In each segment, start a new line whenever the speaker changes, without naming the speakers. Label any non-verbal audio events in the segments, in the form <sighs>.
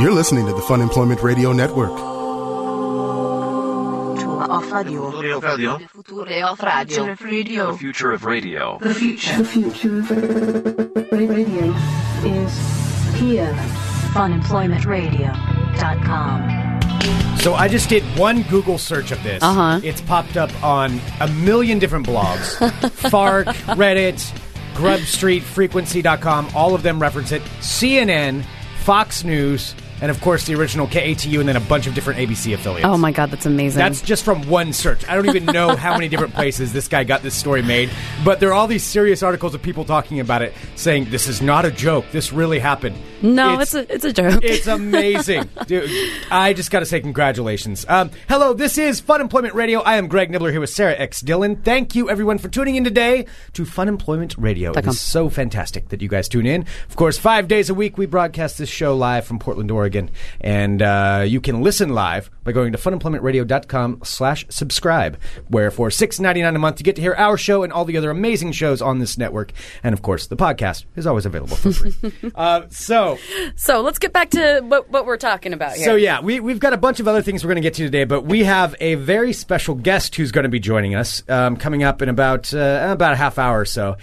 You're listening to the Fun Employment Radio Network.
Future of radio.
Radio.
Future of radio.
The future of radio.
The future. The future of radio is here.
Funemploymentradio.com.
So I just did one Google search of this.
Uh-huh.
It's popped up on a million
<laughs>
different blogs. Fark, Reddit, GrubStreetFrequency.com, all of them reference it. CNN, Fox News, and of course the original KATU and then a bunch of different ABC affiliates.
Oh my god, that's amazing.
That's just from one search. I don't even know how many different places this guy got this story made, but there are all these serious articles of people talking about it saying this is not a joke. This really happened.
no, it's, a it's a joke.
It's amazing. Dude, I just got to say congratulations. Um, hello, this is Fun Employment Radio. I am Greg Nibbler here with Sarah X. Dillon. Thank you, everyone, for tuning in today to Fun Employment Radio. It
com.
is so fantastic that you guys tune in. Of course, five days a week, we broadcast this show live from Portland, Oregon. And uh, you can listen live by going to funemploymentradio.com slash subscribe, where for six ninety nine a month, you get to hear our show and all the other amazing shows on this network. And, of course, the podcast is always available
<laughs>
for free. uh, so...
<laughs> so let's get back to what, what we're talking about here.
So yeah, we we've got a bunch of other things we're going to get to today, but we have a very special guest who's going to be joining us um, coming up in about uh, about a half hour or so.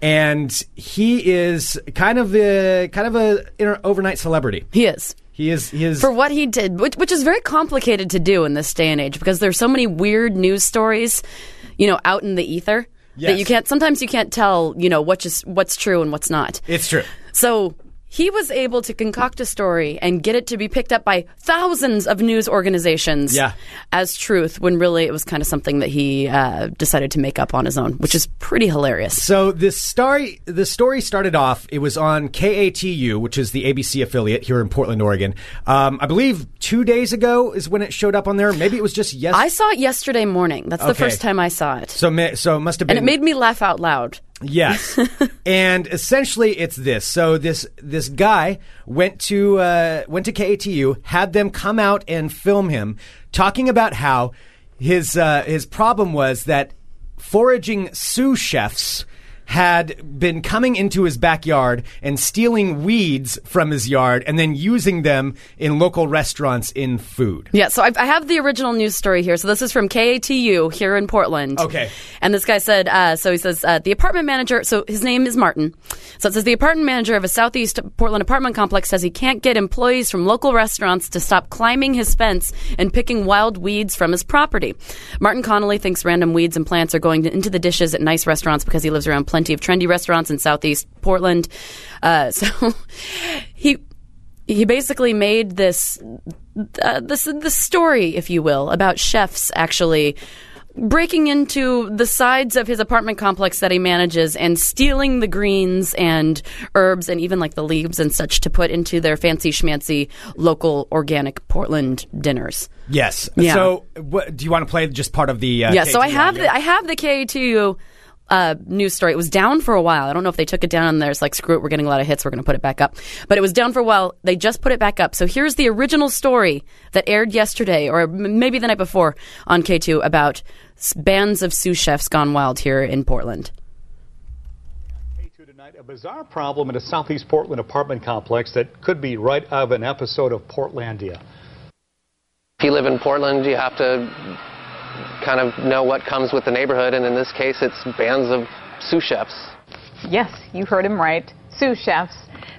And he is kind of the kind of a inter- overnight celebrity.
he is.
He is he is
For what he did, which, which is very complicated to do in this day and age because there's so many weird news stories, you know, out in the ether that
Yes.
you can't sometimes you can't tell, you know, what's just, what's true and what's not.
it's true.
So he was able to concoct a story and get it to be picked up by thousands of news organizations
Yeah.
as truth when really it was kind of something that he uh, decided to make up on his own, which is pretty hilarious.
So this story, the story started off. It was on KATU, which is the ABC affiliate here in Portland, Oregon. Um, I believe two days ago is when it showed up on there. Maybe it was just yesterday.
I saw it yesterday morning. That's the
Okay.
first time I saw it.
so ma- so it must have been.
and it made me laugh out loud. <laughs>
Yes, and essentially it's this. So this this guy went to uh, went to KATU, had them come out and film him talking about how his uh, his problem was that foraging sous chefs had been coming into his backyard and stealing weeds from his yard and then using them in local restaurants in food.
Yeah, so I've, I have the original news story here. So this is from KATU here in Portland.
Okay.
And this guy said, uh, so he says, uh, the apartment manager, so his name is Martin. So it says, the apartment manager of a southeast Portland apartment complex says he can't get employees from local restaurants to stop climbing his fence and picking wild weeds from his property. Martin Connolly thinks random weeds and plants are going into the dishes at nice restaurants because he lives around plenty of trendy restaurants in southeast Portland. Uh, <laughs> so he. He basically made this uh, this the story, if you will, about chefs actually breaking into the sides of his apartment complex that he manages and stealing the greens and herbs and even like the leaves and such to put into their fancy schmancy local organic Portland dinners.
Yes.
Yeah.
So what, do you want to play just part of the? Uh,
yeah, so I
KATU
have
audio?
the, I have the KATU uh, news story. It was down for a while. I don't know if they took it down and there's like, screw it, we're getting a lot of hits, we're going to put it back up. But it was down for a while. They just put it back up. So here's the original story that aired yesterday or m- maybe the night before on K2 about s- bands of sous chefs gone wild here in Portland.
To tonight, a bizarre problem in a southeast Portland apartment complex that could be right out of an episode of Portlandia.
If you live in Portland, you have to kind of know what comes with the neighborhood, and in this case, it's bands of sous chefs.
Yes, you heard him right. Sous chefs.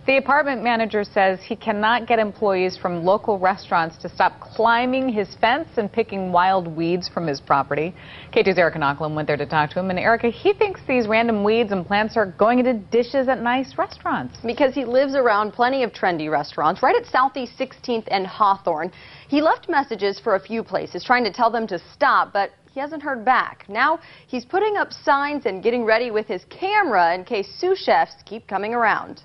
The apartment manager says he cannot get employees from local restaurants to stop climbing his fence and picking wild weeds from his property. K2's Erica Nochlin went there to talk to him, and Erica, he thinks these random weeds and plants are going into dishes at nice restaurants.
because he lives around plenty of trendy restaurants right at Southeast 16th and Hawthorne. He left messages for a few places trying to tell them to stop, but he hasn't heard back. Now he's putting up signs and getting ready with his camera in case sous chefs keep coming around.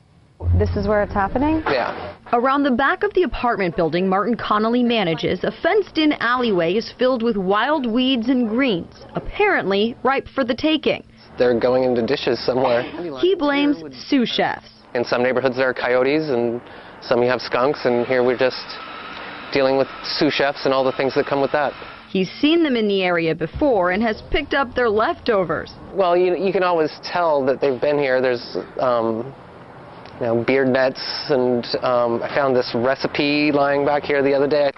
This is where it's happening?
Yeah.
Around the back of the apartment building Martin Connolly manages, a fenced in alleyway is filled with wild weeds and greens, apparently ripe for the taking.
They're going into dishes somewhere.
He blames sous chefs.
In some neighborhoods, there are coyotes, and some you have skunks, and here we're just dealing with sous chefs and all the things that come with that.
He's seen them in the area before and has picked up their leftovers.
Well, you, you can always tell that they've been here. There's um, you know, beard nets, and um, I found this recipe lying back here the other day.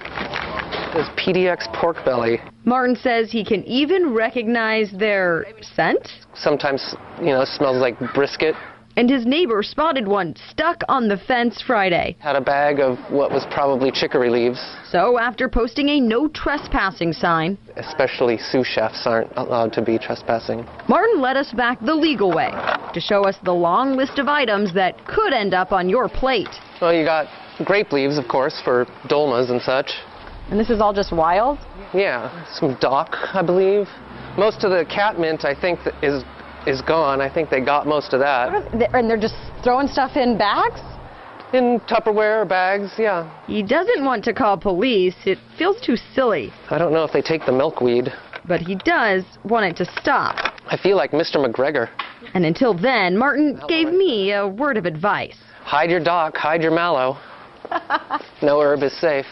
This PDX pork belly.
Martin says he can even recognize their scent.
Sometimes, you know, smells like brisket.
And his neighbor spotted one stuck on the fence Friday.
Had a bag of what was probably chicory leaves.
So, after posting a no trespassing sign,
Especially sous chefs aren't allowed to be trespassing.
Martin led us back the legal way to show us the long list of items that could end up on your plate.
Well, you got grape leaves, of course, for dolmas and such.
And this is all just wild?
Yeah, some dock, I believe. Most of the catmint, I think, th- is is gone. I think they got most of that
And they're just throwing stuff in bags?
in Tupperware or bags. Yeah,
He doesn't want to call police, it feels too silly,
I don't know if they take the milkweed.
but he does want it to stop.
I feel like Mr. McGregor.
And until then, Martin gave me a word of advice.
Hide your dock, hide your mallow. no herb is safe.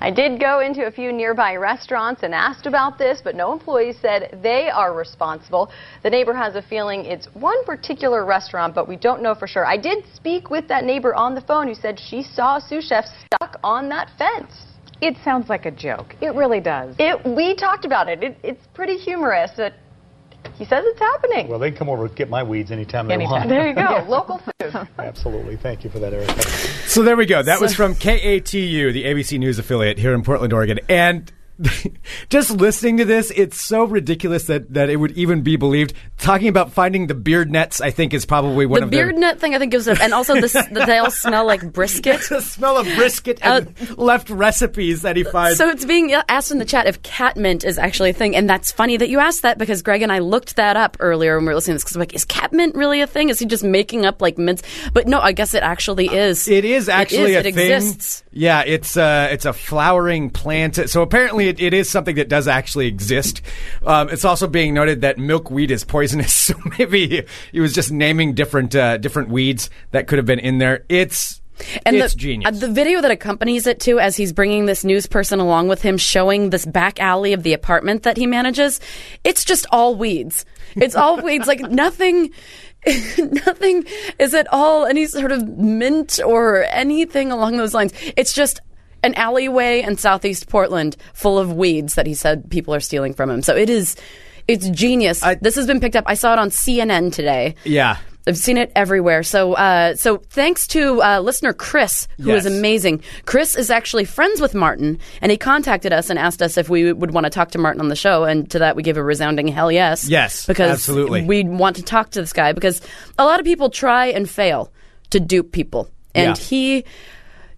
I did go into a few nearby restaurants and asked about this, but no employee said they are responsible. The neighbor has a feeling it's one particular restaurant, but we don't know for sure. I did speak with that neighbor on the phone who said she saw a sous chef stuck on that fence.
It sounds like a joke. It really does.
It, we talked about it. it it's pretty humorous that he says it's happening.
Well, they can come over and get my weeds anytime,
Anytime.
they
There you
want.
go. Local food.
Absolutely. Thank you for that, Erica.
So there we go. That was from KATU, the ABC News affiliate here in Portland, Oregon. And <laughs> just listening to this, it's so ridiculous that, that it would even be believed. Talking about finding the beard nets, I think is probably one
The
of their-
beard nut thing I think gives up, and also this, that they all smell like brisket.
<laughs> the smell of brisket
Uh,
and left recipes that he finds.
So it's being asked in the chat if catmint is actually a thing, and that's funny that you asked that because Greg and I looked that up earlier when we were listening to this because I'm like, is catmint really a thing? Is he just making up like mints? But no, I guess it actually is.
It is actually
it is.
a
it
thing.
exists.
Yeah, it's uh, it's a flowering plant. So apparently, it, it is something that does actually exist. Um, it's also being noted that milkweed is poisonous. <laughs> So maybe he, he was just naming different uh, different weeds that could have been in there. It's
And
it's
the,
genius.
uh, the video that accompanies it too, as he's bringing this news person along with him, showing this back alley of the apartment that he manages, it's just all weeds. It's
<laughs>
all weeds. Like nothing, <laughs> nothing is at all any sort of mint or anything along those lines. It's just an alleyway in Southeast Portland full of weeds that he said people are stealing from him. So it is, it's genius. this has been picked up. I saw it on CNN today.
yeah.
I've seen it everywhere. So, uh, so thanks to uh, listener Chris, who is
Yes.
amazing. Chris is actually friends with Martin, and he contacted us and asked us if we would want to talk to Martin on the show. And to that, we gave a resounding hell yes.
Yes,
because
absolutely.
we want to talk to this guy because a lot of people try and fail to dupe people, and
Yeah.
he.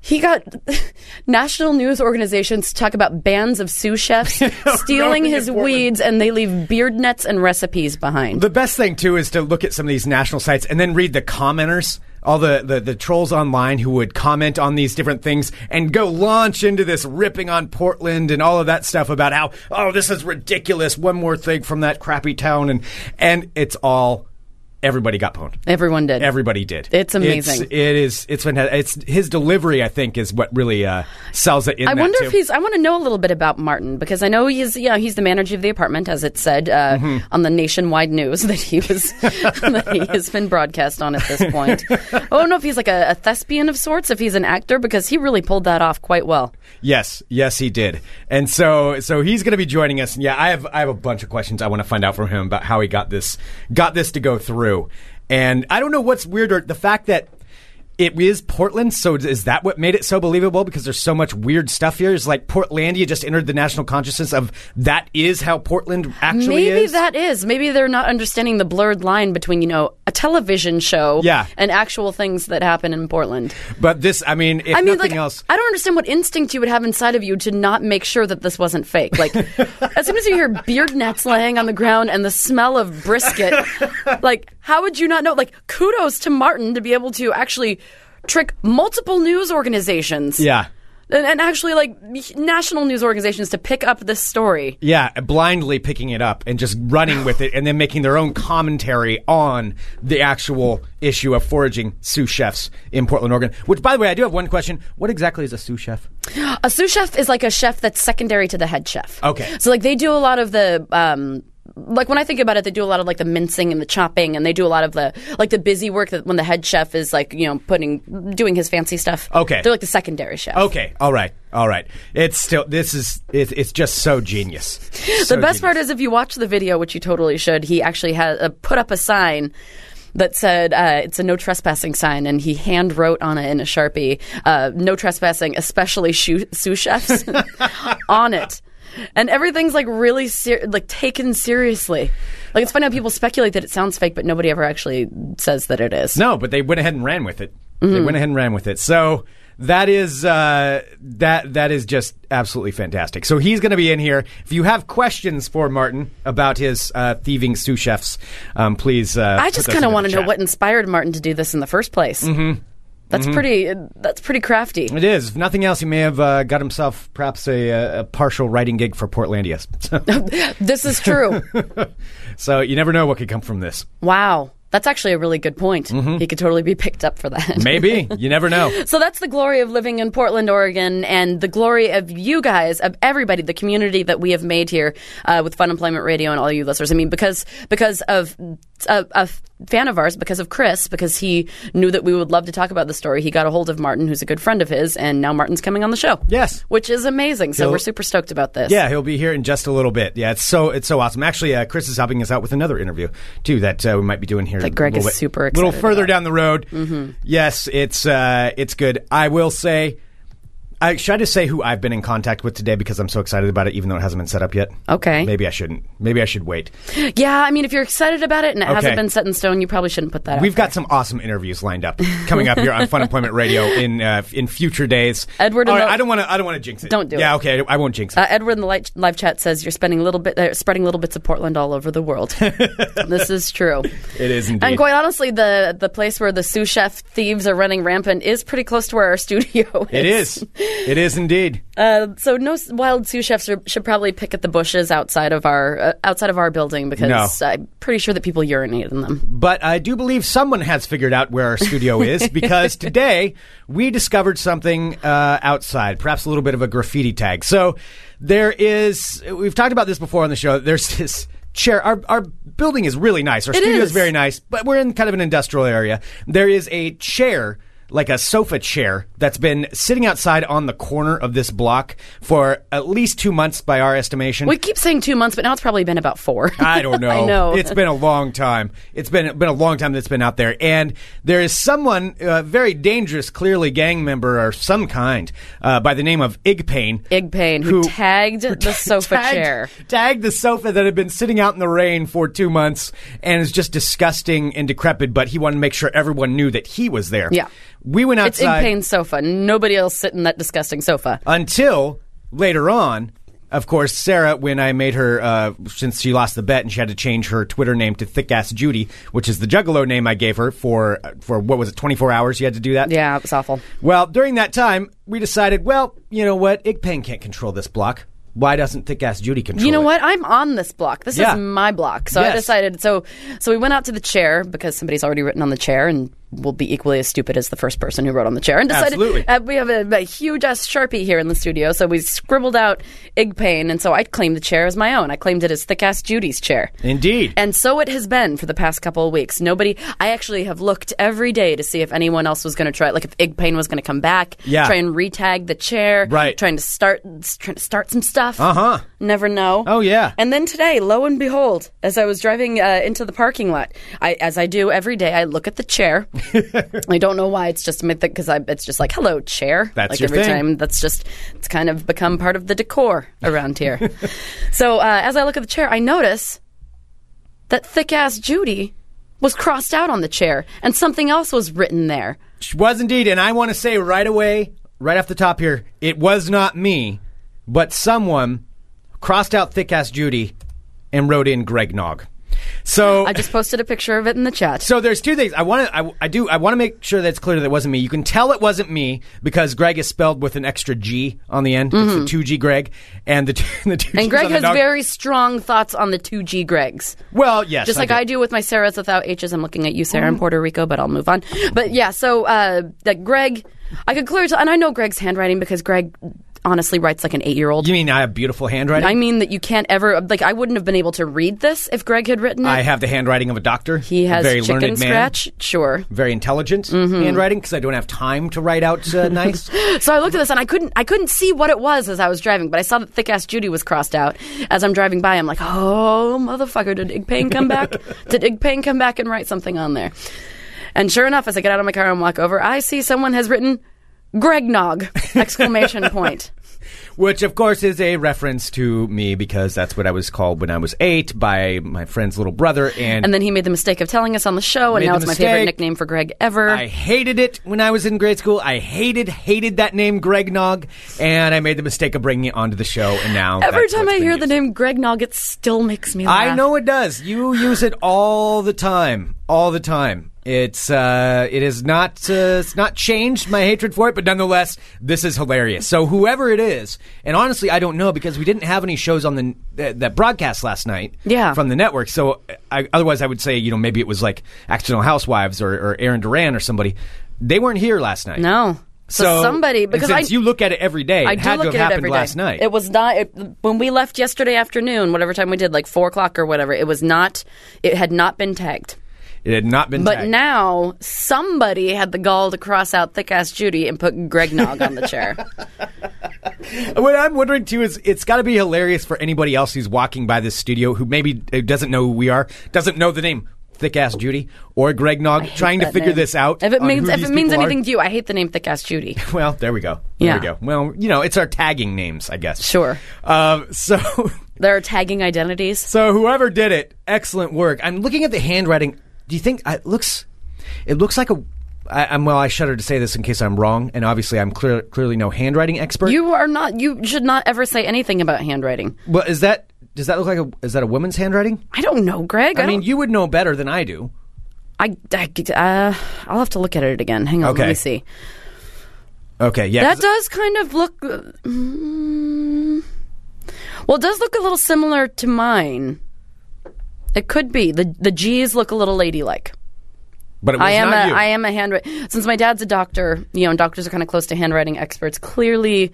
He got <laughs> national news organizations to talk about bands of sous
<laughs>
chefs stealing
in
his
Portland.
weeds, and they leave beard nets and recipes behind.
The best thing too is to look at some of these national sites and then read the commenters, all the, the, the trolls online who would comment on these different things and go launch into this ripping on Portland and all of that stuff about how, oh, this is ridiculous, one more thing from that crappy town and and it's all everybody got pwned.
Everyone did.
Everybody did.
It's amazing.
It's, it is it's fantastic. It's his delivery I think is what really uh, sells it in
I
that,
wonder
too.
if he's. I want to know a little bit about Martin because I know he's. Yeah, he's the manager of the apartment, as it said uh,
Mm-hmm.
on the nationwide news <laughs> that he was. that he has been broadcast on at this
<laughs>
point. I don't know if he's like a, a thespian of sorts, if he's an actor, because he really pulled that off quite well.
Yes, yes, he did. And so, so he's going to be joining us. And yeah, I have, I have a bunch of questions I want to find out from him about how he got this, got this to go through. And I don't know what's weirder, the fact that it is Portland. So is that what made it so believable? Because there's so much weird stuff here. It's like Portlandia just entered the national consciousness of that is how Portland actually
Maybe
is.
that is. Maybe they're not understanding the blurred line between you know a television show
Yeah.
and actual things that happen in Portland.
but this, I mean, if
I mean,
nothing
like,
else,
I don't understand what instinct you would have inside of you to not make sure that this wasn't fake.
<laughs>
Like, as soon as you hear beard nets laying on the ground and the smell of brisket, like, how would you not know? Like, kudos to Martin to be able to actually trick multiple news organizations.
yeah.
And, and actually, like, national news organizations to pick up this story.
Yeah, blindly picking it up and just running with it and then making their own commentary on the actual issue of foraging sous chefs in Portland, Oregon. Which, by the way, I do have one question. What exactly is a sous chef?
A sous chef is like a chef that's secondary to the head chef.
Okay.
So like they do a lot of the um, like when I think about it, they do a lot of like the mincing and the chopping, and they do a lot of the like the busy work that when the head chef is like you know putting doing his fancy stuff.
Okay.
they're like the secondary chef.
Okay, all right, all right. It's still this is it, it's just so genius. So
the best
genius.
part is if you watch the video, which you totally should. He actually had uh, put up a sign that said uh, it's a no trespassing sign, and he hand wrote on it in a sharpie, uh, "No trespassing, especially shu- sous chefs," <laughs> on it. And everything's like really ser- like taken seriously. Like it's funny how people speculate that it sounds fake, but nobody ever actually says that it is.
No, but they went ahead and ran with it. They went ahead and ran with it. So that is uh, that that is just absolutely fantastic. So he's going to be in here. If you have questions for Martin about his uh, thieving sous chefs, um, please. Uh,
I just kind of want to know what inspired Martin to do this in the first place. Mm-hmm. That's
Mhm.
pretty. That's pretty crafty.
It is. If nothing else, he may have uh, got himself perhaps a, uh, a partial writing gig for Portlandia. <laughs>
This is <laughs> true.
so you never know what could come from this.
wow, that's actually a really good point.
Mm-hmm.
He could totally be picked up for that.
Maybe. You never know.
<laughs> So that's the glory of living in Portland, Oregon, and the glory of you guys, of everybody, the community that we have made here uh, with Fun Employment Radio and all you listeners. I mean, because because of a, a fan of ours, because of Chris, because he knew that we would love to talk about the story, he got a hold of Martin, who's a good friend of his, and now Martin's coming on the show.
Yes,
which is amazing. So
He'll-
we're super stoked about this.
Yeah, he'll be here in just a little bit. Yeah, it's so it's so awesome. Actually, uh, Chris is helping us out with another interview too that uh, we might be doing here.
That Greg
a little
is
bit-
super
A little
excited Mm-hmm.
further down the road. Yes, it's uh, it's good. I will say. I, should I just say who I've been in contact with today because I'm so excited about it, even though it hasn't been set up yet?
Okay.
Maybe I shouldn't. Maybe I should wait.
Yeah, I mean, if you're excited about it and it hasn't
Okay.
been set in stone, you probably shouldn't put that.
We've got some awesome interviews lined up coming up here on Fun Employment Radio in uh, in future days.
Edward and
All right,
the-
I don't want to. I don't want to jinx it.
Don't do
Yeah,
it.
okay. I won't jinx it.
Uh, Edward in the light, live chat says you're spending little bit, uh, spreading little bits of Portland all over the
<laughs>
world. this is true.
it is indeed.
And quite honestly, the the place where the sous chef thieves are running rampant is pretty close to where our <laughs> studio is. <laughs>
it is. It is indeed.
Uh, so no s- wild sous chefs are, should probably pick at the bushes outside of our uh, outside of our building because
No.
I'm pretty sure that people urinate in them.
But I do believe someone has figured out where our studio is because today we discovered something uh, outside, perhaps a little bit of a graffiti tag. So there is, we've talked about this before on the show. There's this chair. Our, our building is really nice. Our
It
studio is
is.
very nice, but we're in kind of an industrial area. There is a chair. Like a sofa chair that's been sitting outside on the corner of this block for at least two months, by our estimation.
We keep saying two months, but now it's probably been about four. <laughs>
I don't know.
I know.
It's been a long time. It's been been a long time that's been out there, and there is someone uh, very dangerous, clearly gang member or some kind, uh, by the name of Igpain.
Igpain, who, tagged
<laughs>
the sofa
tagged-
chair.
Tagged the sofa that had been sitting out in the rain for two months and is just disgusting and decrepit. But he wanted to make sure everyone knew that he was there.
Yeah.
we went
It's
outside
Igpain's sofa. Nobody else sit in that disgusting sofa.
until later on. Of course, Sarah, when I made her, uh, since she lost the bet and she had to change her Twitter name to Thick Ass Judy, which is the Juggalo name I gave her for for what was it, twenty four hours? You had to do that.
Yeah, it was awful.
Well, during that time, we decided, well, you know what, Igpen can't control this block. Why doesn't Thick Ass Judy control?
You know
it?
what? I'm on this block. This
Yeah.
is my block. So I
Yes.
decided. So so we went out to the chair because somebody's already written on the chair and will be equally as stupid as the first person who wrote on the chair. And decided
Absolutely.
uh, we have a, a huge ass sharpie here in the studio. So we scribbled out Ig Pain, and so I claimed the chair as my own. I claimed it as thick ass Judy's chair.
Indeed.
And so it has been for the past couple of weeks. Nobody. I actually have looked every day to see if anyone else was going to try it. Like if Ig Pain was going to come back,
Yeah.
try and retag the chair,
Right.
Trying to start, trying to start some stuff.
Uh huh.
Never know.
Oh yeah.
And then today, lo and behold, as I was driving uh, into the parking lot, I, as I do every day, I look at the chair. I don't know why it's just because I it's just like hello chair.
That's
like
your
every
thing.
time. That's just it's kind of become part of the decor around
<laughs>
here. so uh, as I look at the chair, I notice that thick ass Judy was crossed out on the chair, and something else was written there.
She was indeed, and I want to say right away, right off the top here, it was not me, but someone crossed out thick ass Judy and wrote in Greg Nog. So
I just posted a picture of it in the chat.
So there's two things I want to I, I do I want to make sure that's clear that it wasn't me. You can tell it wasn't me because Greg is spelled with an extra G on the end. It's a
Mhm.
two G Greg, and the, two- <laughs> the two. Gs
And Greg
on the
has
dog-
very strong thoughts on the two G Gregs.
Well, yes,
just
I
like
do.
I do with my Sarahs without H's. I'm looking at you,
Mm.
Sarah, in Puerto Rico, but I'll move on. But yeah, so uh, that Greg, I could clearly tell, and I know Greg's handwriting because Greg honestly writes like an eight year old.
You mean I have beautiful handwriting?
I mean that you can't ever like I wouldn't have been able to read this if Greg had written it.
I have the handwriting of a doctor.
He has
a very
chicken
learned man,
scratch. Sure.
Very intelligent
Mhm.
handwriting because I don't have time to write
<laughs>
out uh, nice.
so I looked at this and I couldn't I couldn't see what it was as I was driving, but I saw that thick ass Judy was crossed out. As I'm driving by, I'm like, oh motherfucker, did Ig Payne come
<laughs>
back? did Ig Payne come back and write something on there? And sure enough, as I get out of my car and walk over, I see someone has written Greg Nog
<laughs>
exclamation point.
Which, of course, is a reference to me because that's what I was called when I was eight by my friend's little brother. And,
And then he made the mistake of telling us on the show, and
Made
now
the
it's my favorite
mistake.
nickname for Greg ever.
I hated it when I was in grade school. I hated, hated that name, Greg Nog. And I made the mistake of bringing it onto the show. And now.
Every
that's
time
what's
I
been
hear
used.
the name Greg Nog, it still makes me laugh.
I know it does. You use it all the time, all the time. It's uh, it is not uh, it's not changed my hatred for it, but nonetheless, this is hilarious. So whoever it is, and honestly, I don't know because we didn't have any shows on the that, that broadcast last night,
Yeah.
from the network. So I, otherwise, I would say you know maybe it was like Accidental Housewives or, or Aaron Duran or somebody. They weren't here last night.
No. So somebody-
and
because
since
I-
you look at it every day, it
I do
had
look
to
at
have
it
happened
every day.
last night.
It was not it, when we left yesterday afternoon, whatever time we did, like four o'clock or whatever. It was not. It had not been tagged.
It had not been.
But
tagged.
now somebody had the gall to cross out thick ass Judy and put Greg Nog on the chair.
What I'm wondering too is it's got to be hilarious for anybody else who's walking by this studio who maybe uh, doesn't know who we are, doesn't know the name Thick Ass Judy or Greg Nog, <laughs> trying to
Oh. That
figure
name.
this out.
If it
on
means
who
if
these
it means
people are.
anything to you, I hate the name thick ass Judy.
well, there we go. There we
Yeah.
go. Well, you know, it's our tagging names, I guess.
Sure.
Um, so <laughs>
there are tagging identities.
So whoever did it, excellent work. I'm looking at the handwriting. Do you think I- it looks? It looks like a. I, I'm well. I shudder to say this in case I'm wrong, and obviously I'm clear, clearly no handwriting expert.
You are not. You should not ever say anything about handwriting.
Well, is that does that look like a is that a woman's handwriting?
I don't know, Greg.
I,
I
mean,
don't-
you would know better than I do.
I, I uh, I'll have to look at it again. Hang on, let
Okay.
me see.
Okay, yeah.
that
'cause-
does kind of look. uh, mm, well, it does look a little similar to mine. It could be the the G's look a little ladylike.
but it was
I am
not
a
you.
I am a handwriting. Since my dad's a doctor, you know, and doctors are kind of close to handwriting experts. Clearly,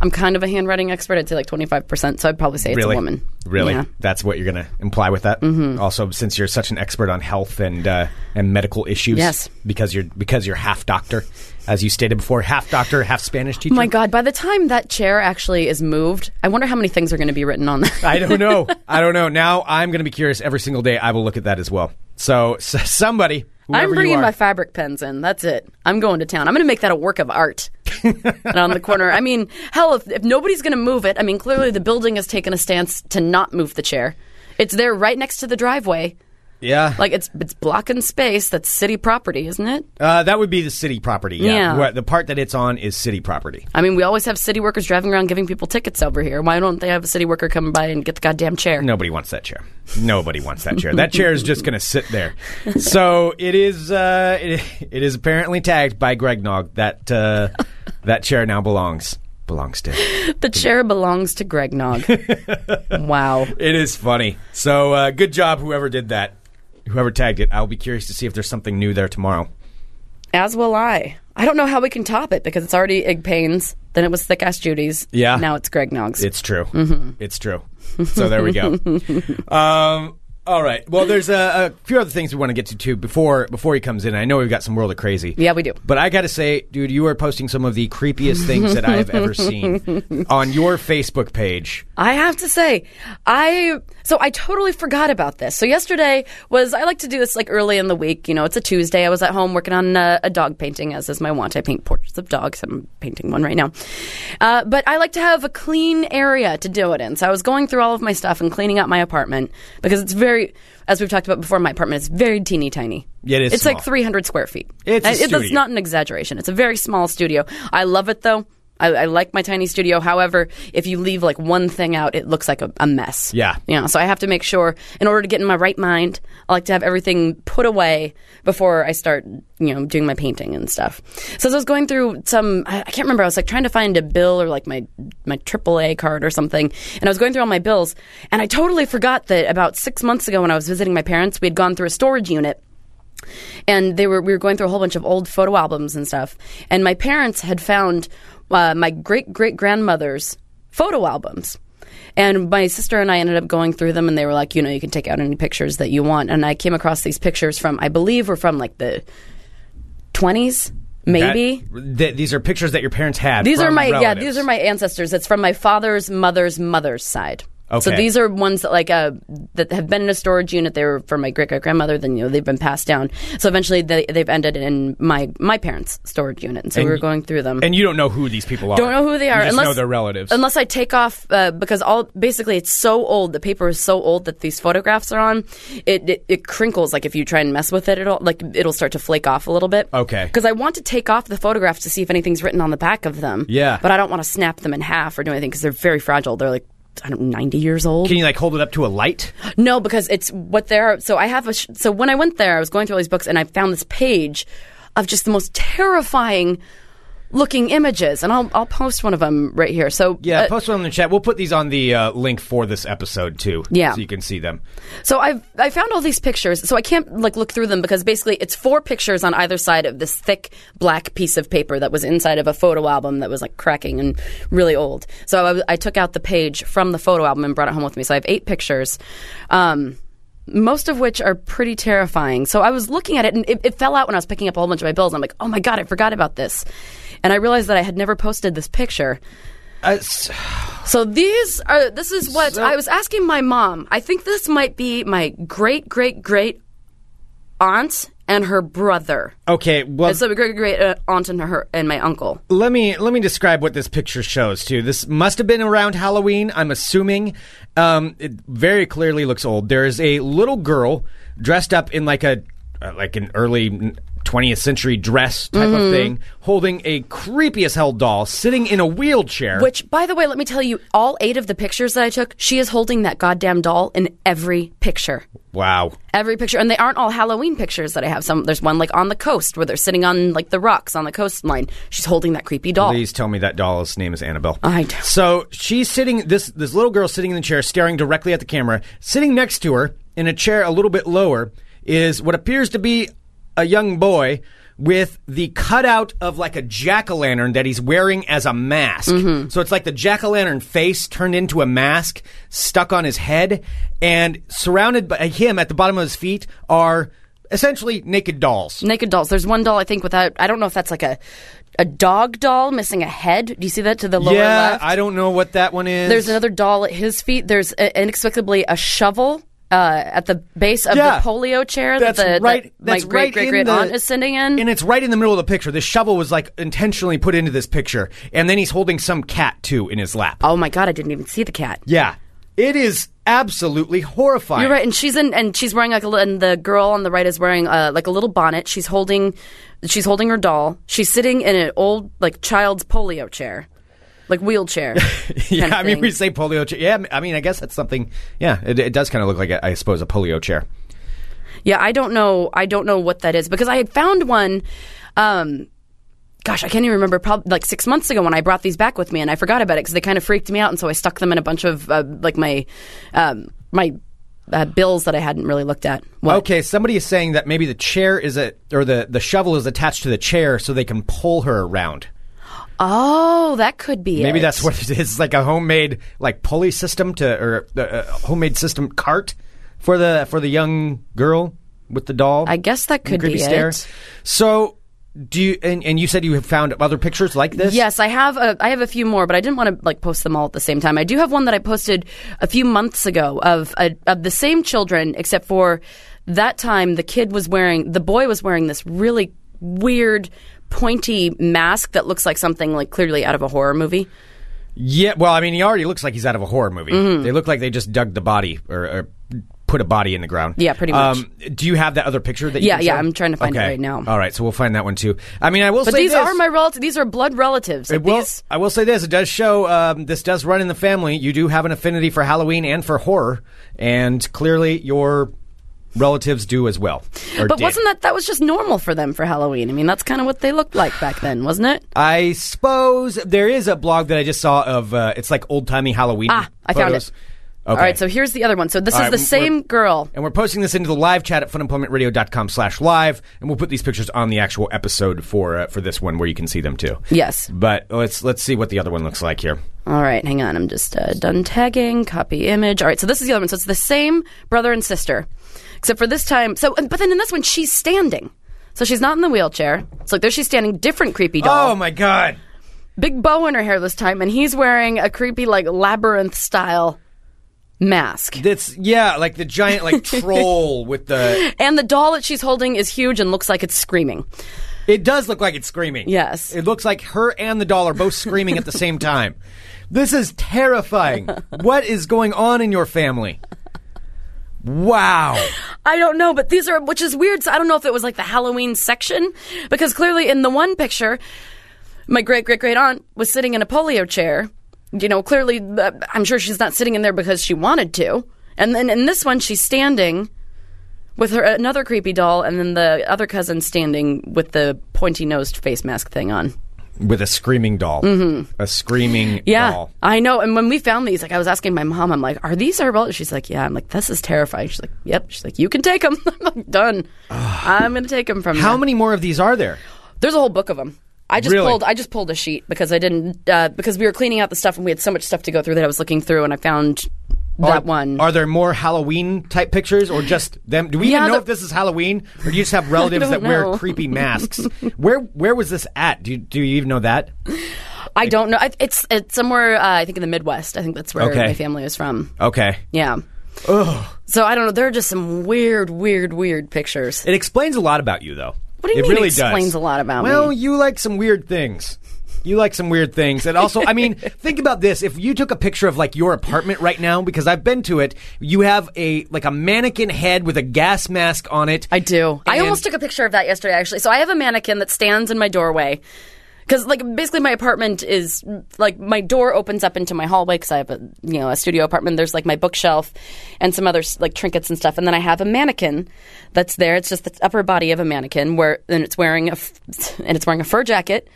I'm kind of a handwriting expert. I'd say like 25 percent. So I'd probably say it's
really,
a woman.
Really,
Yeah. Oh
that's what you're going to imply with that. Mm-hmm. Also, since you're such an expert on health and uh, and medical issues,
Yes.
because you're because you're half doctor, as you stated before, half doctor, half Spanish teacher.
My God! By the time that chair actually is moved, I wonder how many things are going to be written on that.
I
<laughs>
don't know. I don't know. Now I'm going to be curious every single day. I will look at that as well. So, s somebody, whoever
I'm
you
bringing
are-
my fabric pens in. That's it. I'm going to town. I'm going to make that a work of
<laughs>
art. and on the corner, I mean, hell, if, if nobody's going to move it, I mean, clearly the building has taken a stance to not move the chair. It's there right next to the driveway.
yeah,
Like it's it's blocking space. That's city property, isn't it?
uh, that would be the city property. Yeah,
Yeah.
Where- the part that it's on is city property.
I mean, we always have city workers driving around giving people tickets over here. Why don't they have a city worker come by and get the goddamn chair?
Nobody wants that chair. Nobody wants that chair. That chair is just going to sit there. So it is. Uh, it, it is apparently tagged by Greg Nog that uh, that chair now belongs belongs to. Him.
The chair belongs to Greg
<laughs>
Nog. wow.
It is funny. So uh, good job, whoever did that, whoever tagged it. I'll be curious to see if there's something new there tomorrow.
As will I. I don't know how we can top it because it's already Ig Payne's. Then it was Thick Ass Judy's.
Yeah.
Now it's Greg Nog's.
It's true.
Mm-hmm.
It's true. So there
<laughs>
we go. um, all right. Well, there's a, a few other things we want to get to too before before he comes in. I know we've got some world of crazy.
Yeah, we do.
But I got to say, dude, you are posting some of the creepiest things that I have
<laughs>
ever seen on your Facebook page.
I have to say, I so I totally forgot about this. So yesterday was I like to do this like early in the week. You know, it's a Tuesday. I was at home working on uh, a, a dog painting, as is my want. I paint portraits of dogs. I'm painting one right now, uh, but I like to have a clean area to do it in. So I was going through all of my stuff and cleaning up my apartment because it's very, as we've talked about before, my apartment is very teeny tiny.
Yeah, it is
It's like
small.
300 square feet.
It's a
I- it- That's
studio.
not an exaggeration. It's a very small studio. I love it though. I, I like my tiny studio. However, if you leave like one thing out, it looks like a, a mess.
Yeah.
You know, so I have to make sure, in order to get in my right mind, I like to have everything put away before I start, you know, doing my painting and stuff. So as I was going through some, I, I can't remember, I was like trying to find a bill or like my, my AAA card or something. And I was going through all my bills and I totally forgot that about six months ago when I was visiting my parents, we had gone through a storage unit and they were we were going through a whole bunch of old photo albums and stuff. And my parents had found uh, my great great grandmother's photo albums. And my sister and I ended up going through them, and they were like, you know, you can take out any pictures that you want. And I came across these pictures from, I believe, were from like the 20s, maybe.
That- th- these are pictures that your parents had.
These are
from
my yeah.
relatives.
These are my ancestors. It's from my father's mother's mother's side. So
Okay.
these are ones that like uh, that have been in a storage unit. They were from my great great grandmother. Then you know they've been passed down. So eventually they, they've ended in my my parents' storage unit. And so
And
we were
y-
going through them.
and you don't know who these people are.
Don't know who they
You
are
just
unless
know they're relatives.
Unless I take off uh, because all basically it's so old. The paper is so old that these photographs are on. It, it it crinkles. Like if you try and mess with it, it'll like it'll start to flake off a little bit.
Okay.
Because I want to take off the photographs to see if anything's written on the back of them.
Yeah.
But I don't want to snap them in half or do anything because they're very fragile. They're like I don't know, ninety years old.
Can you like hold it up to a light?
No, because it's what there are. So I have a. Sh- so when I went there, I was going through all these books, and I found this page of just the most terrifying looking images, and I'll I'll post one of them right here. So
Yeah,
uh,
post one in the chat. We'll put these on the uh, link for this episode too.
Yeah.
so you can see them.
so I have I found all these pictures. So I can't like look through them because basically it's four pictures on either side of this thick black piece of paper that was inside of a photo album that was like cracking and really old. So I, was- I took out the page from the photo album and brought it home with me. So I have eight pictures. Um, most of which are pretty terrifying. So I was looking at it and it, it fell out when I was picking up a whole bunch of my bills. And I'm like, oh my God, I forgot about this. And I realized that I had never posted this picture.
Uh, s-
So these are this is what I was asking my mom. I think this might be my great great great aunt and her brother.
okay, well,
And so my great great uh, aunt and her and my uncle.
let me let me describe what this picture shows too. This must have been around Halloween, I'm assuming. Um, it very clearly looks old. There is a little girl dressed up in like a uh, like an early 20th century dress type of thing, holding a creepy as hell doll, sitting in a wheelchair.
Which, by the way, let me tell you, all eight of the pictures that I took, she is holding that goddamn doll in every picture.
wow,
Every picture, and they aren't all Halloween pictures that I have. Some there's one like on the coast where they're sitting on like the rocks on the coastline. She's holding that creepy doll.
Please tell me that doll's name is Annabelle.
I don't-
So she's sitting this this little girl sitting in the chair, staring directly at the camera. Sitting next to her in a chair a little bit lower is what appears to be a young boy with the cutout of like a jack o' lantern that he's wearing as a mask.
Mm-hmm.
So it's like the jack o' lantern face turned into a mask stuck on his head, and surrounded by him at the bottom of his feet are essentially naked dolls.
Naked dolls. There's one doll I think without. I don't know if that's like a a dog doll missing a head. Do you see that to the lower
yeah,
left?
I don't know what that one is.
There's another doll at his feet. There's uh, inexplicably a shovel. Uh, at the base of
Yeah.
the polio chair
that's
that the
right.
that my
that's
great
right
great
in
great
the-
aunt is sitting in.
and it's right in the middle of the picture. This shovel was like intentionally put into this picture, and then he's holding some cat too in his lap.
oh my god! I didn't even see the cat.
Yeah, it is absolutely horrifying.
You're right, and she's in, and she's wearing like a, li- and the girl on the right is wearing uh, like a little bonnet. She's holding, she's holding her doll. She's sitting in an old like child's polio chair, like wheelchair.
<laughs> <laughs> Yeah,
kind of
I mean
thing.
we say polio chair. Yeah, I mean I guess that's something. Yeah, it, it does kind of look like a, I suppose a polio chair.
Yeah, I don't know. I don't know what that is because I had found one. Um, gosh, I can't even remember. Probably like six months ago when I brought these back with me, and I forgot about it because they kind of freaked me out, and so I stuck them in a bunch of uh, like my um, my uh, bills that I hadn't really looked at. What?
Okay, somebody is saying that maybe the chair is a or the the shovel is attached to the chair so they can pull her around.
Oh, that could be.
Maybe
it.
that's what it is. <laughs> It's like a homemade like pulley system to or uh, a homemade system cart for the for the young girl with the doll.
I guess that
and
could
creepy
be
stare.
it.
So do you and, and you said you have found other pictures like this?
Yes, I have a I have a few more, but I didn't want to like post them all at the same time. I do have one that I posted a few months ago of a, of the same children, except for that time the kid was wearing the boy was wearing this really weird pointy mask that looks like something like clearly out of a horror movie.
Yeah. Well, I mean, he already looks like he's out of a horror movie.
Mm-hmm.
They look like they just dug the body or. or Put a body in the ground.
Yeah, pretty much.
Um, do you have that other picture that?
Yeah,
you can
yeah,
show?
I'm trying to find it
Okay.
right now.
All right, so we'll find that one too. I mean, I will
But
say
these
this.
are my relatives. These are blood relatives.
It will-
These-
I will say this: it does show um, this does run in the family. You do have an affinity for Halloween and for horror, and clearly your relatives do as well. or
but
did.
wasn't that that was just normal for them for Halloween? I mean, that's kind of what they looked like back then, wasn't it?
I suppose there is a blog that I just saw of uh, it's like old timey Halloween.
Ah, I found
photos.
it. All right, so here's the other one. So this
All
is
right,
the
we're-
same girl.
And we're posting this into the live chat at funemploymentradio.com slash live, and we'll put these pictures on the actual episode for uh, for this one where you can see them too.
Yes.
But let's let's see what the other one looks like here.
All right, hang on. I'm just uh, done tagging. Copy image. All right, so this is the other one. So it's the same brother and sister, except for this time. So, but then in this one, she's standing. So she's not in the wheelchair. So like there she's standing, different creepy doll.
Oh my god.
Big bow in her hair this time, and he's wearing a creepy like labyrinth style mask.
That's yeah, like the
<laughs>
giant like troll with the
And the doll that she's holding is huge and looks like it's screaming.
It does look like it's screaming.
Yes.
It looks like her and the doll are both screaming at the
<laughs>
same time. This is terrifying. what is going on in your family? Wow.
I don't know, but these are, which is weird. So I don't know if it was like the Halloween section, because clearly in the one picture, my great great great aunt was sitting in a polio chair. You know, clearly, uh, I'm sure she's not sitting in there because she wanted to. And then in this one, she's standing with her another creepy doll, and then the other cousin standing with the pointy nosed face mask thing on.
With a screaming doll. Mm-hmm. A screaming
Yeah,
doll.
I know. And when we found these, like I was asking my mom, I'm like, "Are these our relatives?" She's like, "Yeah." I'm like, "This is terrifying." She's like, "Yep." She's like, "You can take them." <laughs> I'm like, "Done. I'm gonna take them from
How
you."
many more of these are there?
There's a whole book of them. I just
Really?
pulled. I just pulled a sheet because I didn't uh, because we were cleaning out the stuff and we had so much stuff to go through that I was looking through and I found that
Are-
one.
Are there more Halloween type pictures or just them? Do we
Yeah,
even know
the-
if this is Halloween or do
<laughs>
you just have relatives that
don't
wear
know. <laughs>
creepy masks? where where was this at? Do you, do you even know that?
I don't know. I, it's it's somewhere uh, I think in the Midwest. I think that's where
Okay.
my family is from.
Okay.
Yeah. So I don't know. There are just some weird, weird, weird pictures.
It explains a lot about you though.
What do you
it
mean
really
it explains
does.
a lot about
well,
me?
you like some weird things. You like some weird things. And also,
<laughs>
I mean, think about this. If you took a picture of like your apartment right now, because I've been to it, you have a like a mannequin head with a gas mask on it.
I do. I
And-
almost took a picture of that yesterday, actually. So I have a mannequin that stands in my doorway. Because, like, basically, my apartment is like my door opens up into my hallway because I have a you know a studio apartment. There's like my bookshelf and some other s- like trinkets and stuff, and then I have a mannequin that's there. It's just the upper body of a mannequin where and it's wearing a f- <laughs> and it's wearing a fur jacket.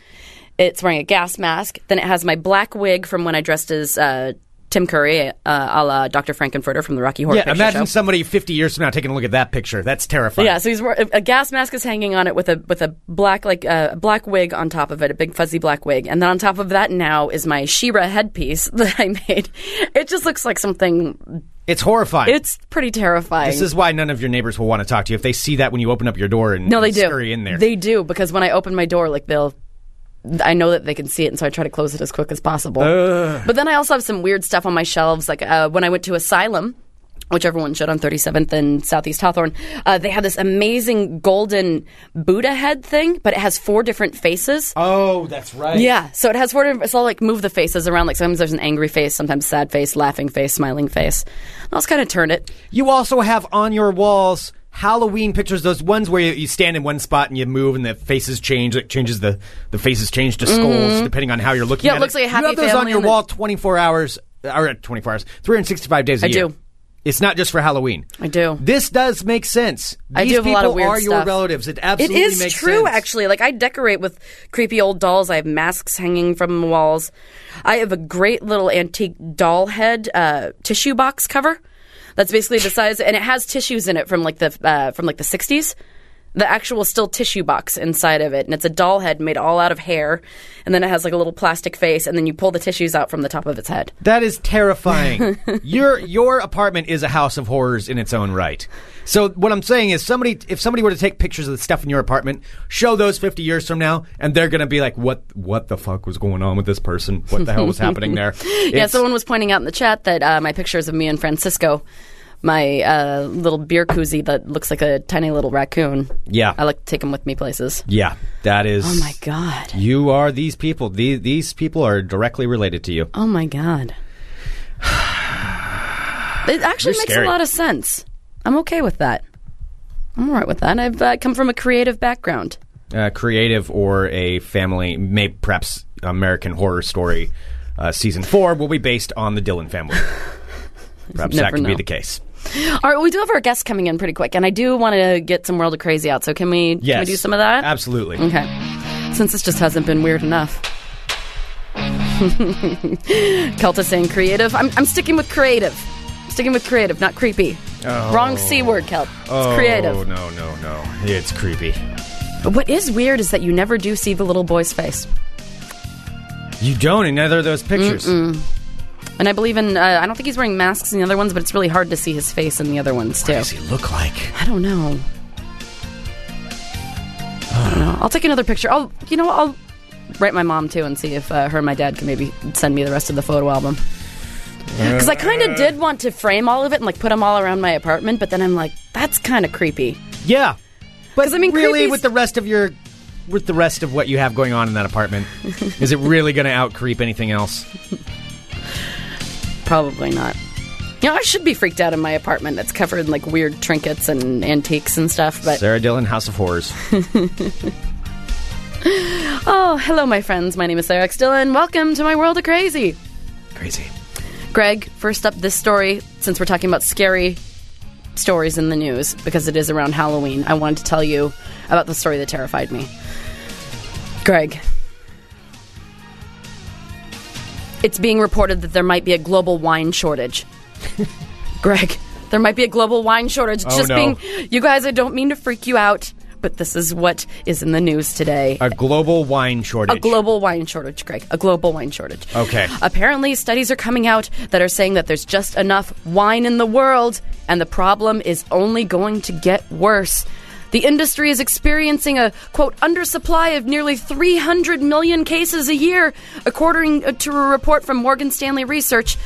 It's wearing a gas mask. Then it has my black wig from when I dressed as uh, Tim Curry, uh, a la Dr. Frankenfurter from the Rocky Horror
yeah,
Picture
imagine
Show.
somebody 50 years from now taking a look at that picture. That's terrifying.
Yeah, so he's wear- a gas mask is hanging on it with a with a black like a black wig on top of it, a big fuzzy black wig, and then on top of that now is my Shira headpiece <laughs> that I made. It just looks like something.
It's horrifying.
It's pretty terrifying.
This is why none of your neighbors will want to talk to you if they see that when you open up your door and
no, they
and
do.
scurry in there.
They do because when I open my door, like they'll. I know that they can see it, and so I try to close it as quick as possible. But then I also have some weird stuff on my shelves. Like uh, when I went to Asylum, which everyone should on 37th and Southeast Hawthorne, uh, they had this amazing golden Buddha head thing, but it has four different faces.
oh, that's right.
Yeah, so it has four different. So I'll like move the faces around. Like sometimes there's an angry face, sometimes sad face, laughing face, smiling face. And I'll just kind of turn it.
You also have on your walls Halloween pictures, those ones where you, you stand in one spot and you move and the faces change. It changes the the faces change to skulls depending on how you're
Mm-hmm.
looking.
Yeah, it
at
looks like a happy
You have those on
family
your
and
wall 24 hours or 24 hours, 365 days a
I
year.
do.
It's not just for Halloween.
I do.
This does make sense. These
I do have a
people
lot of weird
are your
stuff.
relatives. It absolutely
It is
makes
true,
sense.
actually. Like I decorate with creepy old dolls. I have masks hanging from the walls. I have a great little antique doll head uh, tissue box cover. That's basically the size, and it has tissues in it from like the uh, from like the '60s. The actual still tissue box inside of it, and it's a doll head made all out of hair, and then it has like a little plastic face, and then you pull the tissues out from the top of its head.
That
<laughs>
is terrifying. your your apartment is a house of horrors in its own right. So what I'm saying is somebody if somebody were to take pictures of the stuff in your apartment, show those 50 years from now and they're going to be like what what the fuck was going on with this person? What the hell was happening there?
<laughs> Yeah,
It's-
someone was pointing out in the chat that uh, my pictures of me and Francisco, my uh, little beer koozie that looks like a tiny little raccoon.
Yeah.
I like to take them with me places.
yeah, that is
Oh my god.
You are these people. These, these people are directly related to you.
Oh my god. It actually
You're
makes
scary.
a lot of sense. I'm okay with that. I'm all right with that. I've uh, come from a creative background.
Uh, creative or a family, may perhaps American Horror Story uh, season 4 will be based on the
<laughs>
Dylan family. Perhaps that
Never
could be
know.
the case.
All right, we do have our guests coming in pretty quick, and I do want to get some world of crazy out. So can we?
Yes.
Can we do some of that? Mm.
Absolutely.
Okay. Since this just hasn't been weird enough. <laughs> Kelta saying creative. I'm, I'm sticking with creative. sticking with creative, not creepy. Wrong C word, Kelp. It's creative.
Oh, no, no, no. It's creepy.
But what is weird is that you never do see the little boy's face.
You don't in either of those pictures.
Mm-mm. And I believe in, uh, I don't think he's wearing masks in the other ones, but it's really hard to see his face in the other ones, too. What does
he look
<laughs>
like?
I don't know. I don't know. I'll take another picture. I'll, you know, what, I'll write my mom, too, and see if uh, her and my dad can maybe send me the rest of the photo album. Because I kind of did want to frame all of it and, like, put them all around my apartment, but then I'm like, that's kind of creepy.
Yeah. But
I mean,
really,
creepy's-
with the rest of your, with the rest of what you have going on in that apartment, is it really going to out creep anything else?
Probably not. You know, I should be freaked out in my apartment that's covered in, like, weird trinkets and antiques and stuff, but.
Sarah Dillon, House
<laughs>
of Horrors.
Oh, hello, my friends. My name is Sarah X. Dillon. Welcome to my world of crazy.
Crazy.
Greg, first up this story, since we're talking about scary stories in the news, because it is around Halloween, I wanted to tell you about the story that terrified me. Greg, it's being reported that there might be a global wine shortage. <laughs> Greg, there might be a global wine shortage. It's
Oh,
just
no.
being, you guys, I don't mean to freak you out, but this is what is in the news today.
A global wine shortage.
A global wine shortage, Greg. A global wine shortage.
Okay.
Apparently, studies are coming out that are saying that there's just enough wine in the world, and the problem is only going to get worse. The industry is experiencing a, quote, undersupply of nearly 300 million cases a year, according uh, to a report from Morgan Stanley Research.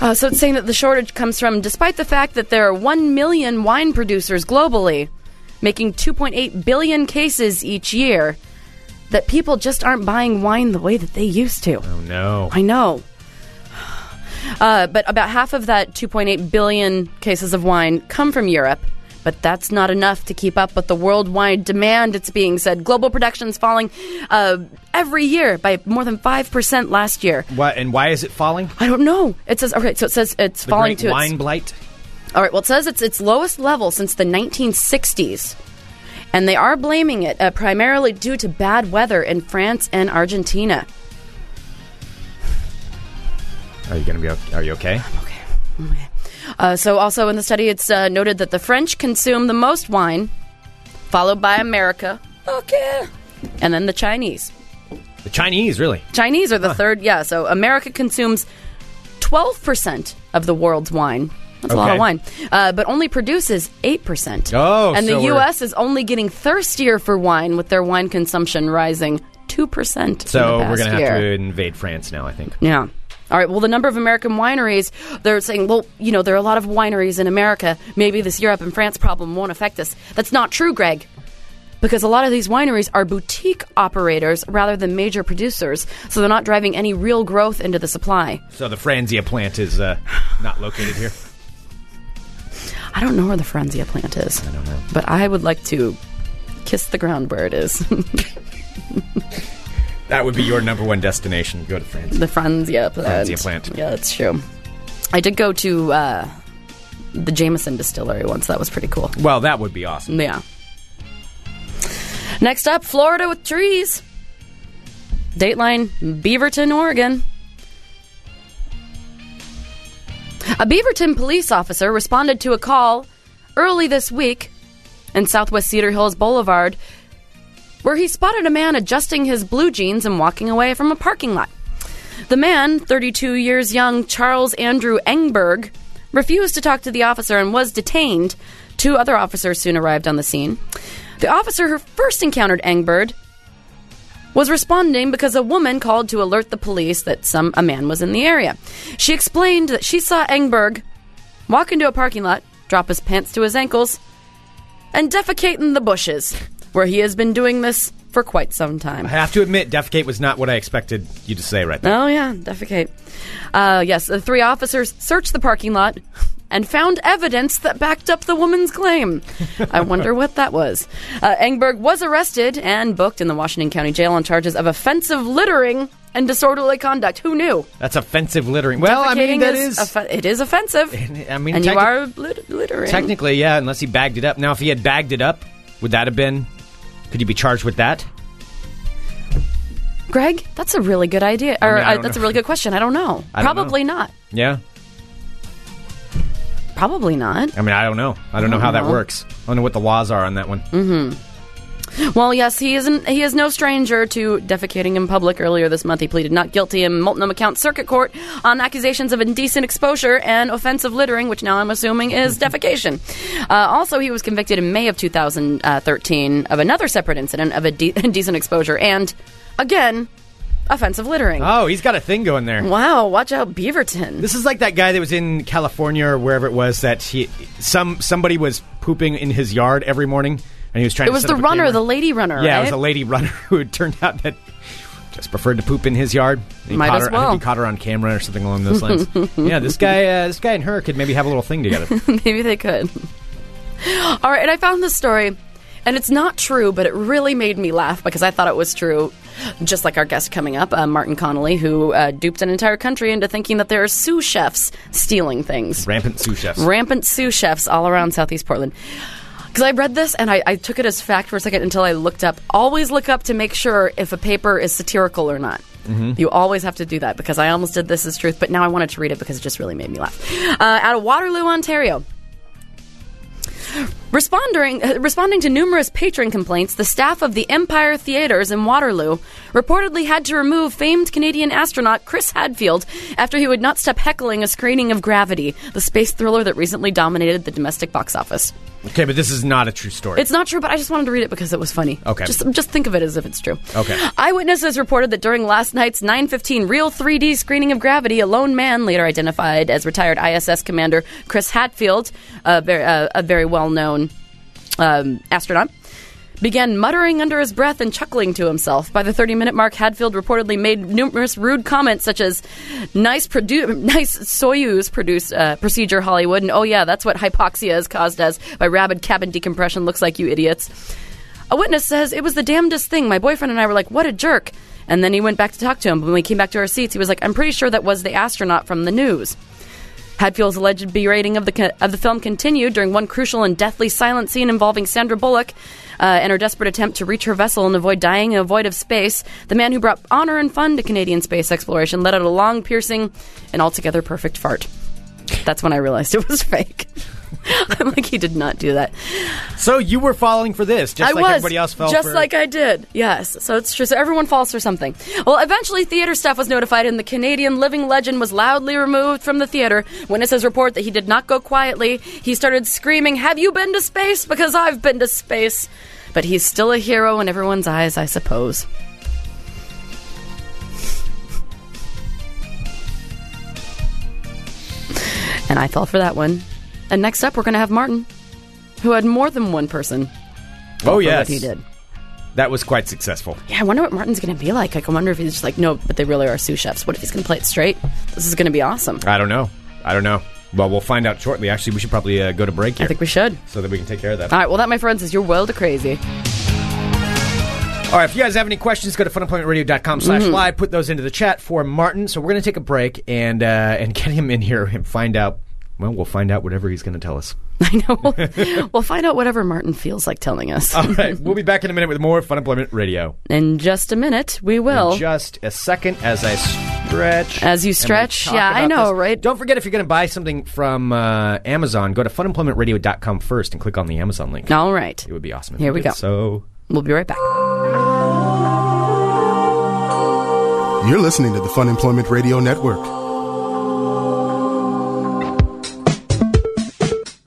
Uh, so it's saying that the shortage comes from, despite the fact that there are 1 million wine producers globally, making 2.8 billion cases each year, that people just aren't buying wine the way that they used to.
Oh no.
I know. <sighs> Uh, but about half of that 2.8 billion cases of wine come from Europe, but that's not enough to keep up with the worldwide demand. It's being said global production's falling uh, every year by more than five percent last year.
What and why is it falling?
I don't know. It says okay, so it says it's
The
falling
great
to
wine
its,
blight.
all right. Well, it says it's its lowest level since the 1960s, and they are blaming it uh, primarily due to bad weather in France and Argentina.
Are you going to be? o- Are you okay?
Uh, so, also in the study, it's uh, noted that the French consume the most wine, followed by America. Okay. And then the Chinese.
The Chinese, really.
Chinese are the third, yeah. So, America consumes 12% of the world's wine. That's a lot of
Okay.
wine, uh, but only produces 8%.
Oh,
and
so
the
we're-
U.S. is only getting thirstier for wine, with their wine consumption rising 2%. in
So
the
we're
past
going to
year.
have to invade France now. I think.
Yeah. All right. Well, the number of American wineries, they're saying, well, you know, there are a lot of wineries in America. Maybe this Europe and France problem won't affect us. That's not true, Greg. Because a lot of these wineries are boutique operators rather than major producers, so they're not driving any real growth into the supply.
So the Franzia plant is uh, not located here.
I don't know where the Franzia plant is. I don't know. But I would like to kiss the ground where it is. <laughs>
That would be your number one destination. Go to France.
the Franzia plant.
Franzia plant.
Yeah, that's true. I did go to uh, the Jameson distillery once. That was pretty cool.
Well, that would be awesome.
Yeah. Next up, Florida with trees. Dateline, Beaverton, Oregon. A Beaverton police officer responded to a call early this week in Southwest Cedar Hills Boulevard where he spotted a man adjusting his blue jeans and walking away from a parking lot. The man, 32 years young Charles Andrew Engberg, refused to talk to the officer and was detained. Two other officers soon arrived on the scene. The officer who first encountered Engberg was responding because a woman called to alert the police that some a man was in the area. She explained that she saw Engberg walk into a parking lot, drop his pants to his ankles, and defecate in the bushes, where he has been doing this for quite some time.
I have to admit, defecate was not what I expected you to say right there.
Oh yeah, defecate. Uh, yes, the three officers searched the parking lot and found evidence that backed up the woman's claim.
<laughs>
I wonder what that was. Uh, Engberg was arrested and booked in the Washington County Jail on charges of offensive littering and disorderly conduct. Who knew?
That's offensive littering. Well, I mean,
Defecating
that is.
offe- it is
<laughs>
offensive.
I mean,
and you
technic-
are lit- littering.
Technically, yeah, unless he bagged it up. Now, if he had bagged it up, would that have been? Could you be charged with that?
Greg, that's a really good idea, or
mean, I
uh,
don't
that's
know.
a really good question. I don't know.
I don't
Probably not.
Yeah.
Probably not.
I mean, I don't know. I don't know Mm. how that
Uh-huh.
works. I don't know what the laws are on that one.
hmm Well, yes, he isn't. He is no stranger to defecating in public. Earlier this month, he pleaded not guilty in Multnomah County Circuit Court on accusations of indecent exposure and offensive littering, which now I'm assuming
<laughs>
is defecation. Uh, also, he was convicted in May of 2013 of another separate incident of inde- <laughs> indecent exposure and, again, offensive littering.
Oh, he's got a thing going there.
Wow! Watch out, Beaverton.
This is like that guy that was in California or wherever it was that he some somebody was pooping in his yard every morning, and he was trying.
It
to
was
set
the
up a
runner,
camera.
the lady runner.
Yeah, it was
right?
a lady <laughs> runner who it turned out that just preferred to poop in his yard. And he
Might
caught
as
her, I
well.
think he caught her on camera or something along
<laughs>
those lines. yeah, this guy, uh, this guy and her could maybe have a little thing together.
Maybe they could. All right, and I found this story, and it's not true, but it really made me laugh because I thought it was true. Just like our guest coming up, uh, Martin Connolly, who uh, duped an entire country into thinking that there are sous chefs stealing things.
Rampant sous chefs.
Rampant sous chefs all around Southeast Portland. Because I read this and I, I took it as fact for a second until I looked up. Always look up to make sure if a paper is satirical or not.
Mhm.
You always have to do that because I almost did this as truth, but now I wanted to read it because it just really made me laugh. Uh, out of Waterloo, Ontario. Responding, uh, responding to numerous patron complaints, the staff of the Empire Theaters in Waterloo reportedly had to remove famed Canadian astronaut Chris Hadfield after he would not stop heckling a screening of Gravity, the space thriller that recently dominated the domestic box office.
okay, but this is not a true story.
It's not true, but I just wanted to read it because it was funny.
Okay.
Just, just think of it as if it's true.
okay.
Eyewitnesses reported that during last night's 9:15 real 3D screening of Gravity, a lone man, later identified as retired ISS commander Chris Hatfield, a very, uh, a very well-known um, astronaut, began muttering under his breath and chuckling to himself. By the 30-minute mark, Hatfield reportedly made numerous rude comments such as "Nice, produ- nice Soyuz produce uh, procedure, Hollywood," and "Oh yeah, that's what hypoxia is caused as by rabid cabin decompression. Looks like you idiots." A witness says it was the damnedest thing. My boyfriend and I were like, "What a jerk!" And then he went back to talk to him. When we came back to our seats, he was like, "I'm pretty sure that was the astronaut from the news." Hadfield's alleged berating of the co- of the film continued during one crucial and deathly silent scene involving Sandra Bullock uh, and her desperate attempt to reach her vessel and avoid dying in a void of space. The man who brought honor and fun to Canadian space exploration let out a long, piercing, and altogether perfect fart. That's when I realized it was <laughs> fake. I'm like, he did not do that.
So you were falling for this, just
I
like
was,
everybody else fell
just
for.
like I did. Yes, so it's true. So everyone falls for something. Well, eventually, theater staff was notified, and the Canadian living legend was loudly removed from the theater. Witnesses report that he did not go quietly. He started screaming, "Have you been to space? Because I've been to space." But he's still a hero in everyone's eyes, I suppose. And I fell for that one. And next up, we're going to have Martin, who had more than one person. fall
oh
for what
yes,
he did.
That was quite successful.
Yeah, I wonder what Martin's going to be like. Like, I wonder if he's just like, no, but they really are sous chefs. What if he's going to play it straight? This is going to be awesome.
I don't know. I don't know. Well, we'll find out shortly. Actually, we should probably uh, go to break here. I think
we should,
so that we can take care of that.
All right, well, that, my friends, is your world of crazy. <laughs>
All right, if you guys have any questions, go to funemploymentradio.com slash
Mhm.
live. Put those into the chat for Martin. So we're going to take a break and uh, and <laughs> get him in here and find out. Well, we'll find out whatever he's going to tell us. <laughs>
we'll find out whatever Martin feels like telling us.
All right, we'll be back in a minute with more Fun Employment Radio.
In just a minute, we will.
In just a second as I stretch.
Oh. As you
and we
stretch,
talk
yeah, I
about
know,
this.
right?
Don't forget if you're going to buy something from uh, Amazon, go to funemploymentradio.com first and click on the Amazon link.
All right.
It would be awesome. if
Here
you
we
did.
go.
So
We'll be right back.
You're listening to the Fun Employment Radio Network.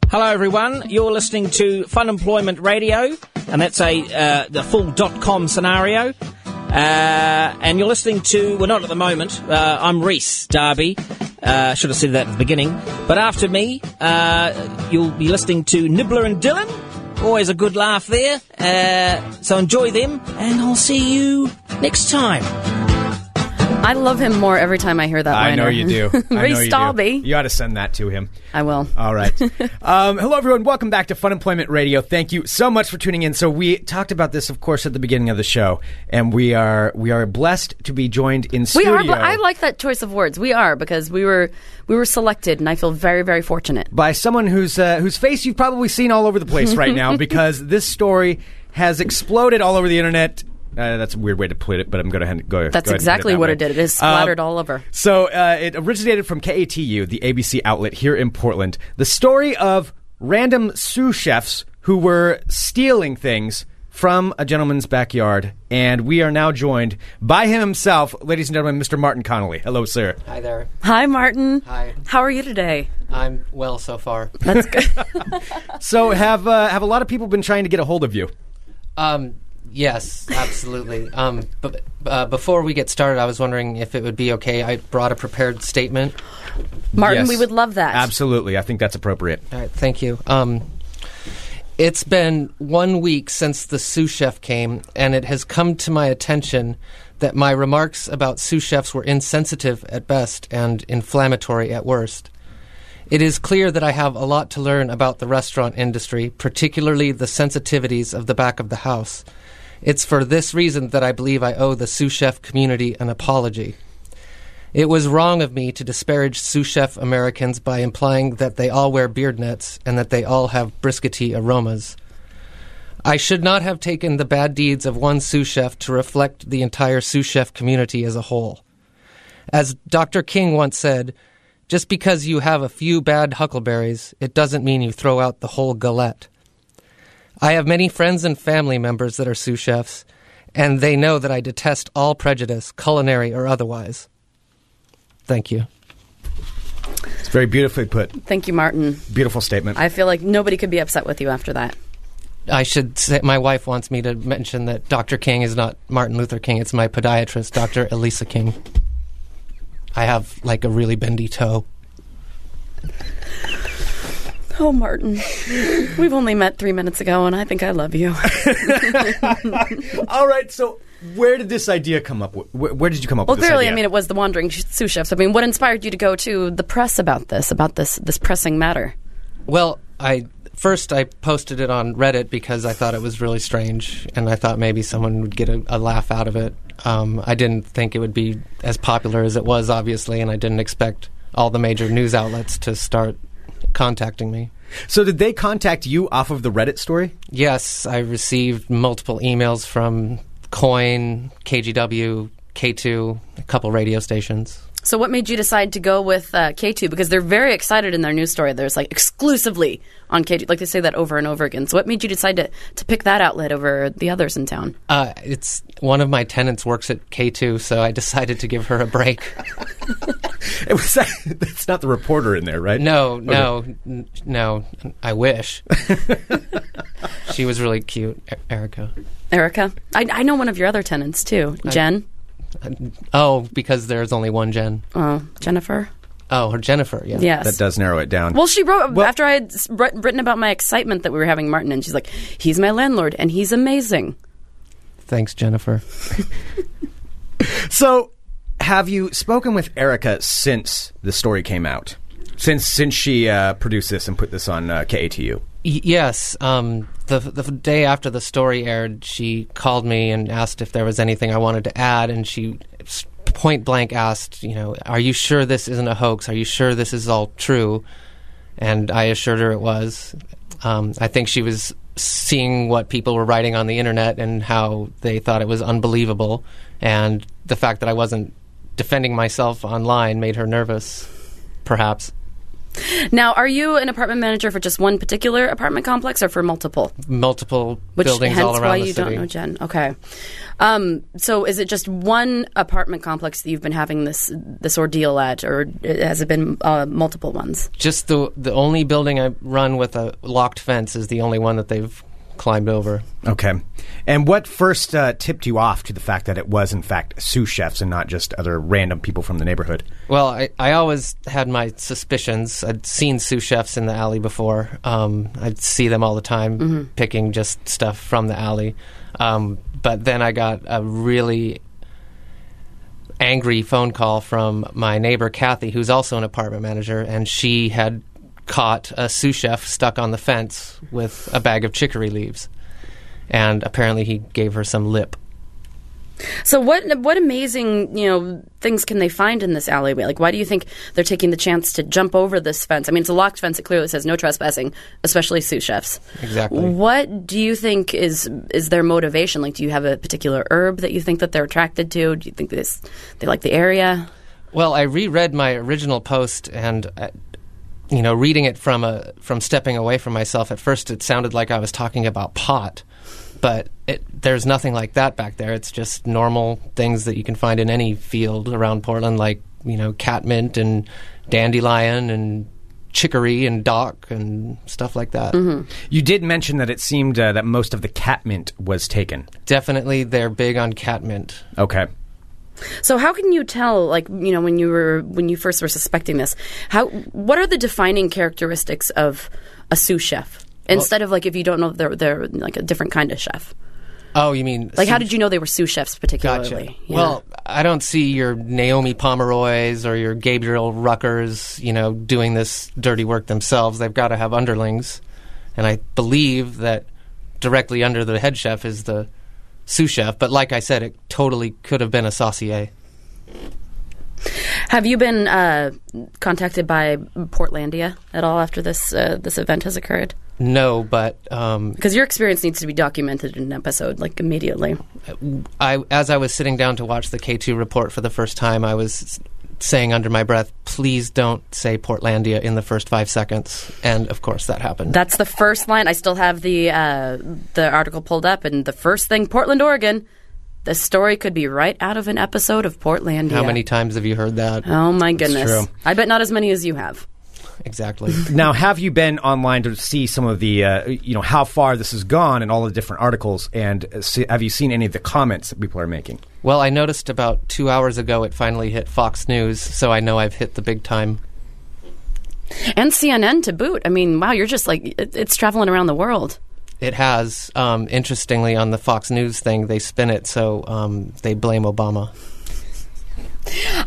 Hello, everyone. You're listening to Fun Employment Radio, and that's a uh, the full dot com scenario. Uh, and you're listening to well, not at the moment. Uh, I'm Reese Darby. Uh, should have said that at the beginning. But after me, uh, you'll be listening to Nibbler and Dylan. Always a good laugh there. Uh, so enjoy them, and I'll see you next time.
I love him more every time I hear that
I
liner.
know you do.
<laughs>
Uh, I know
Reese
you do.
Dalby.
You ought to send that to him.
<laughs> I will.
All right.
<laughs>
um, hello, everyone. Welcome back to Fun Employment Radio. Thank you so much for tuning in. So we talked about this, of course, at the beginning of the show, and we are we are blessed to be joined in
We
studio
are. But I like that choice of words. We are because we were we were selected, and I feel very very fortunate.
by someone whose uh, whose
<laughs>
face you've probably seen all over the place right now because this story has exploded all over the internet Uh, that's a weird way to put it, but I'm going to go.
That's
go ahead and put
exactly
that
what
way.
it did. It is
Um,
splattered all over.
So uh, it originated from KATU, the ABC outlet here in Portland. The story of random sous chefs who were stealing things from a gentleman's backyard, and we are now joined by him himself, ladies and gentlemen, Mr. Martin Connolly. Hello, sir.
Hi there.
Hi, Martin.
Hi.
How are you today?
I'm well so far.
So have uh, have a lot of people been trying to get a hold of you?
Um, yes, absolutely. um, but uh, before we get started, I was wondering if it would be okay. I brought a prepared statement.
Martin, we would love that.
Absolutely, I think that's appropriate.
All right, thank you. Um, it's been one week since the sous chef came, and it has come to my attention that my remarks about sous chefs were insensitive at best and inflammatory at worst. It is clear that I have a lot to learn about the restaurant industry, particularly the sensitivities of the back of the house. It's for this reason that I believe I owe the sous chef community an apology. It was wrong of me to disparage sous chef Americans by implying that they all wear beard nets and that they all have briskety aromas. I should not have taken the bad deeds of one sous chef to reflect the entire sous chef community as a whole. As Dr. King once said, just because you have a few bad huckleberries, it doesn't mean you throw out the whole galette. I have many friends and family members that are sous chefs, and they know that I detest all prejudice, culinary or otherwise. Thank you.
It's very beautifully put.
Thank you, Martin.
Beautiful statement.
I feel like nobody could be upset with you after that.
I should say my wife wants me to mention that Dr. King is not Martin Luther King. It's my podiatrist, Dr. Elisa King. I have like a really bendy toe.
Oh, Martin, <laughs> we've only met three minutes ago, and I think I love you.
All right, so where did this idea come up? with? Where, where did you come up
Well,
with this
clearly,
idea?
I mean, it was the wandering sh- sous chefs. I mean, what inspired you to go to the press about this, about this, this pressing matter?
Well, I first I posted it on Reddit because I thought it was really strange, and I thought maybe someone would get a, a laugh out of it. Um, I didn't think it would be as popular as it was, obviously, and I didn't expect all the major news outlets to start contacting me.
So did they contact you off of the Reddit story? <laughs>
Yes, I received multiple emails from Coin, KGW, K2, a couple radio stations.
So, what made you decide to go with uh, K2? Because they're very excited in their news story. There's like exclusively on K2. Like they say that over and over again. So, what made you decide to, to pick that outlet over the others in town?
Uh, it's one of my tenants works at K2, so I <laughs> decided to give her a break.
it was that's not the reporter in there, right?
No, no,
Okay.
n- no. I wish. she was really cute, E- Erica.
Erica? I, I know one of your other tenants too,
I-
Jen.
Oh, because there's only one Jen.
Oh, Jennifer.
Oh, her Jennifer. Yeah.
Yes. That
does narrow it down.
Well, she wrote after I had s- writ- written about my excitement that we were having Martin, and she's like, "He's my landlord, and he's amazing."
Thanks, Jennifer.
So have you spoken with Erica since the story came out? Since since she uh, produced this and put this on uh, KATU?
Y- yes. Um, the the day after the story aired, she called me and asked if there was anything I wanted to add, and she s- point blank asked, you know, are you sure this isn't a hoax? Are you sure this is all true? And I assured her it was. Um, I think she was seeing what people were writing on the internet and how they thought it was unbelievable, and the fact that I wasn't defending myself online made her nervous, perhaps.
Now, are you an apartment manager for just one particular apartment complex or for multiple?
Multiple
Which
buildings
hence
all around
why
the
you
city.
don't know Jen. Okay, um, so is it just one apartment complex that you've been having this this ordeal at, or has it been uh, multiple ones?
Just the the only building I run with a locked fence is the only one that they've climbed over.
Okay. And what first uh, tipped you off to the fact that it was in fact sous chefs and not just other random people from the neighborhood?
Well, I, I always had my suspicions. I'd seen sous chefs in the alley before. Um, I'd see them all the time
Mhm.
picking just stuff from the alley. Um, but then I got a really angry phone call from my neighbor Kathy, who's also an apartment manager, and she had caught a sous chef stuck on the fence with a bag of chicory leaves. And apparently he gave her some lip.
So what what amazing you know things can they find in this alleyway? Like why do you think they're taking the chance to jump over this fence? I mean, it's a locked fence. It clearly says no trespassing, especially sous chefs.
Exactly.
What do you think is is their motivation? Like, do you have a particular herb that you think that they're attracted to? Do you think this they like the area?
Well, I reread my original post, and uh, you know, reading it from a from stepping away from myself. At first, it sounded like I was talking about pot, but it, there's nothing like that back there. It's just normal things that you can find in any field around Portland, like you know, catmint and dandelion and chicory and dock and stuff like that.
You did mention that it seemed uh, that most of the catmint was taken.
Definitely, they're big on catmint.
Okay.
So how can you tell like you know when you were when you first were suspecting this how what are the defining characteristics of a sous chef instead of like if you don't know they're they're like a different kind of chef
Oh, you mean
like how
sous-
did you know they were sous chefs particularly
Gotcha.
Yeah.
Well, I don't see your Naomi Pomeroy's or your Gabriel Ruckers, you know, doing this dirty work themselves. They've got to have underlings, and I believe that directly under the head chef is the sous chef. But like I said, it totally could have been a saucier.
have you been uh, contacted by Portlandia at all after this uh, this event has occurred
No, but um,
because your experience needs to be documented in an episode like immediately
I, as I was sitting down to watch the K2 report for the first time, I was s- saying under my breath, please don't say Portlandia in the first five seconds. And of course, that happened.
That's the first line. I still have the uh, the article pulled up, and the first thing, Portland, Oregon. The story could be right out of an episode of Portlandia.
How many times have you heard that?
Oh my goodness!
true.
I bet not as many as you have.
Exactly.
now, have you been online to see some of the, uh, you know, how far this has gone and all the different articles? And uh, see, have you seen any of the comments that people are making?
Well, I noticed about two hours ago it finally hit Fox News, so I know I've hit the big time.
And CNN to boot. I mean, wow, you're just like it, it's traveling around the world.
It has. Um, interestingly, on the Fox News thing, they spin it, so um, they blame Obama.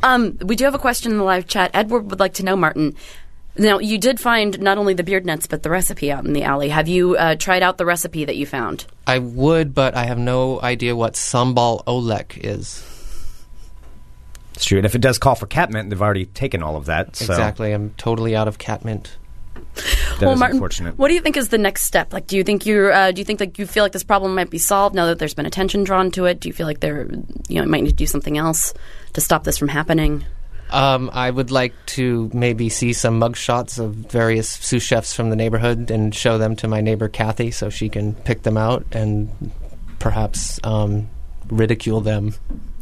Um, we do have a question in the live chat. Edward would like to know, Martin. Now, you did find not only the beard nets but the recipe out in the alley. Have you uh, tried out the recipe that you found?
I would, but I have no idea what sambal olek is.
It's true. And if it does call for catmint, they've already taken all of that. So
Exactly. I'm totally out of catmint.
That
well,
is
Martin,
unfortunate.
what do you think is the next step? Like, do you think you're, uh, do you think like you feel like this problem might be solved now that there's been attention drawn to it? Do you feel like there, you know, might need to do something else to stop this from happening?
Um, I would like to maybe see some mugshots of various sous chefs from the neighborhood and show them to my neighbor Kathy so she can pick them out and perhaps um, ridicule them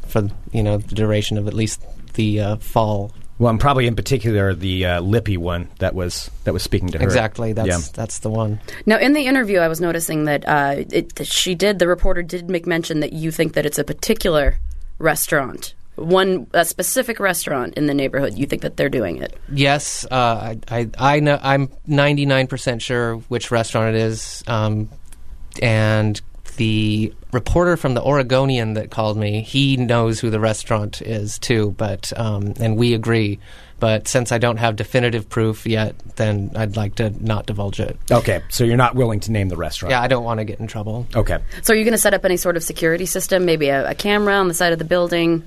for you know the duration of at least the uh, fall.
Well, and probably in particular the uh, lippy one that was that was speaking to her.
Exactly. That's
Yeah.
that's the one.
Now, in the interview, I was noticing that uh, it, that she did. The reporter did make mention that you think that it's a particular restaurant, one a specific restaurant in the neighborhood. You think that they're doing it.
Yes, uh, I, I I know I'm 99 percent sure which restaurant it is, um, and the reporter from the Oregonian that called me, he knows who the restaurant is too, but um, and we agree. But since I don't have definitive proof yet, then I'd like to not divulge it.
Okay, so you're not willing to name the restaurant.
Yeah, I don't want to get in trouble.
Okay.
So, are you going to set up any sort of security system, maybe a, a camera on the side of the building,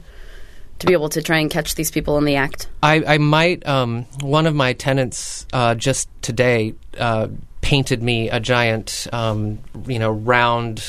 to be able to try and catch these people in the act?
I, I might. Um, one of my tenants uh, just today uh, painted me a giant, um, you know, round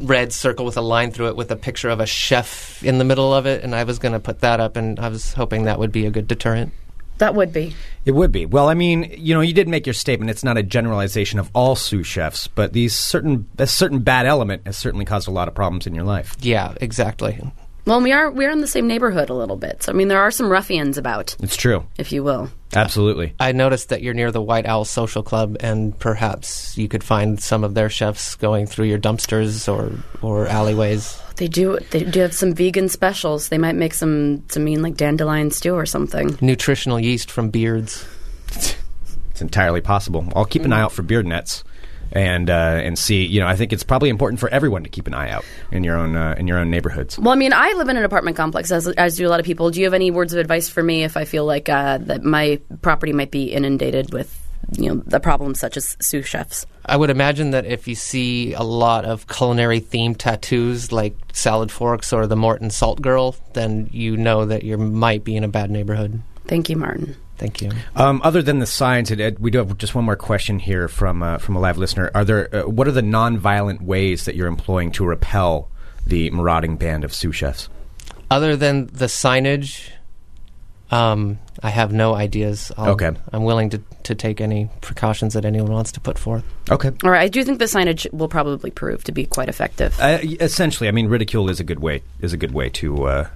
red circle with a line through it with a picture of a chef in the middle of it, and I was going to put that up, and I was hoping that would be a good deterrent.
That would be.
It would be. Well, I mean, you know, you did make your statement. It's not a generalization of all sous chefs, but these certain a certain bad element has certainly caused a lot of problems in your life.
Yeah, exactly.
Well, we are we're in the same neighborhood a little bit. So, I mean, there are some ruffians about,
It's true.
if you will.
Absolutely.
I noticed that you're near the White Owl Social Club, and perhaps you could find some of their chefs going through your dumpsters or, or alleyways.
They do they do have some vegan specials. They might make some some mean like dandelion stew or something.
Nutritional yeast from beards.
It's entirely possible. I'll keep an eye out for beard nets and uh, and see. You know, I think it's probably important for everyone to keep an eye out in your own uh, in your own neighborhoods.
Well, I mean, I live in an apartment complex, as as do a lot of people. Do you have any words of advice for me if I feel like uh, that my property might be inundated with you know the problems such as sous chefs.
I would imagine that if you see a lot of culinary themed tattoos like salad forks or the Morton Salt Girl, then you know that you might be in a bad neighborhood.
Thank you, Martin.
Thank you.
Um, other than the signs, it, it, we do have just one more question here from uh, from a live listener. Are there uh, what are the non-violent ways that you're employing to repel the marauding band of sous chefs?
Other than the signage, um, I have no ideas. I'll,
Okay.
I'm willing to, to take any precautions that anyone wants to put forth.
Okay.
All right, I do think the signage will probably prove to be quite effective.
Uh, y- essentially, I mean, ridicule is a good way is a good way to uh,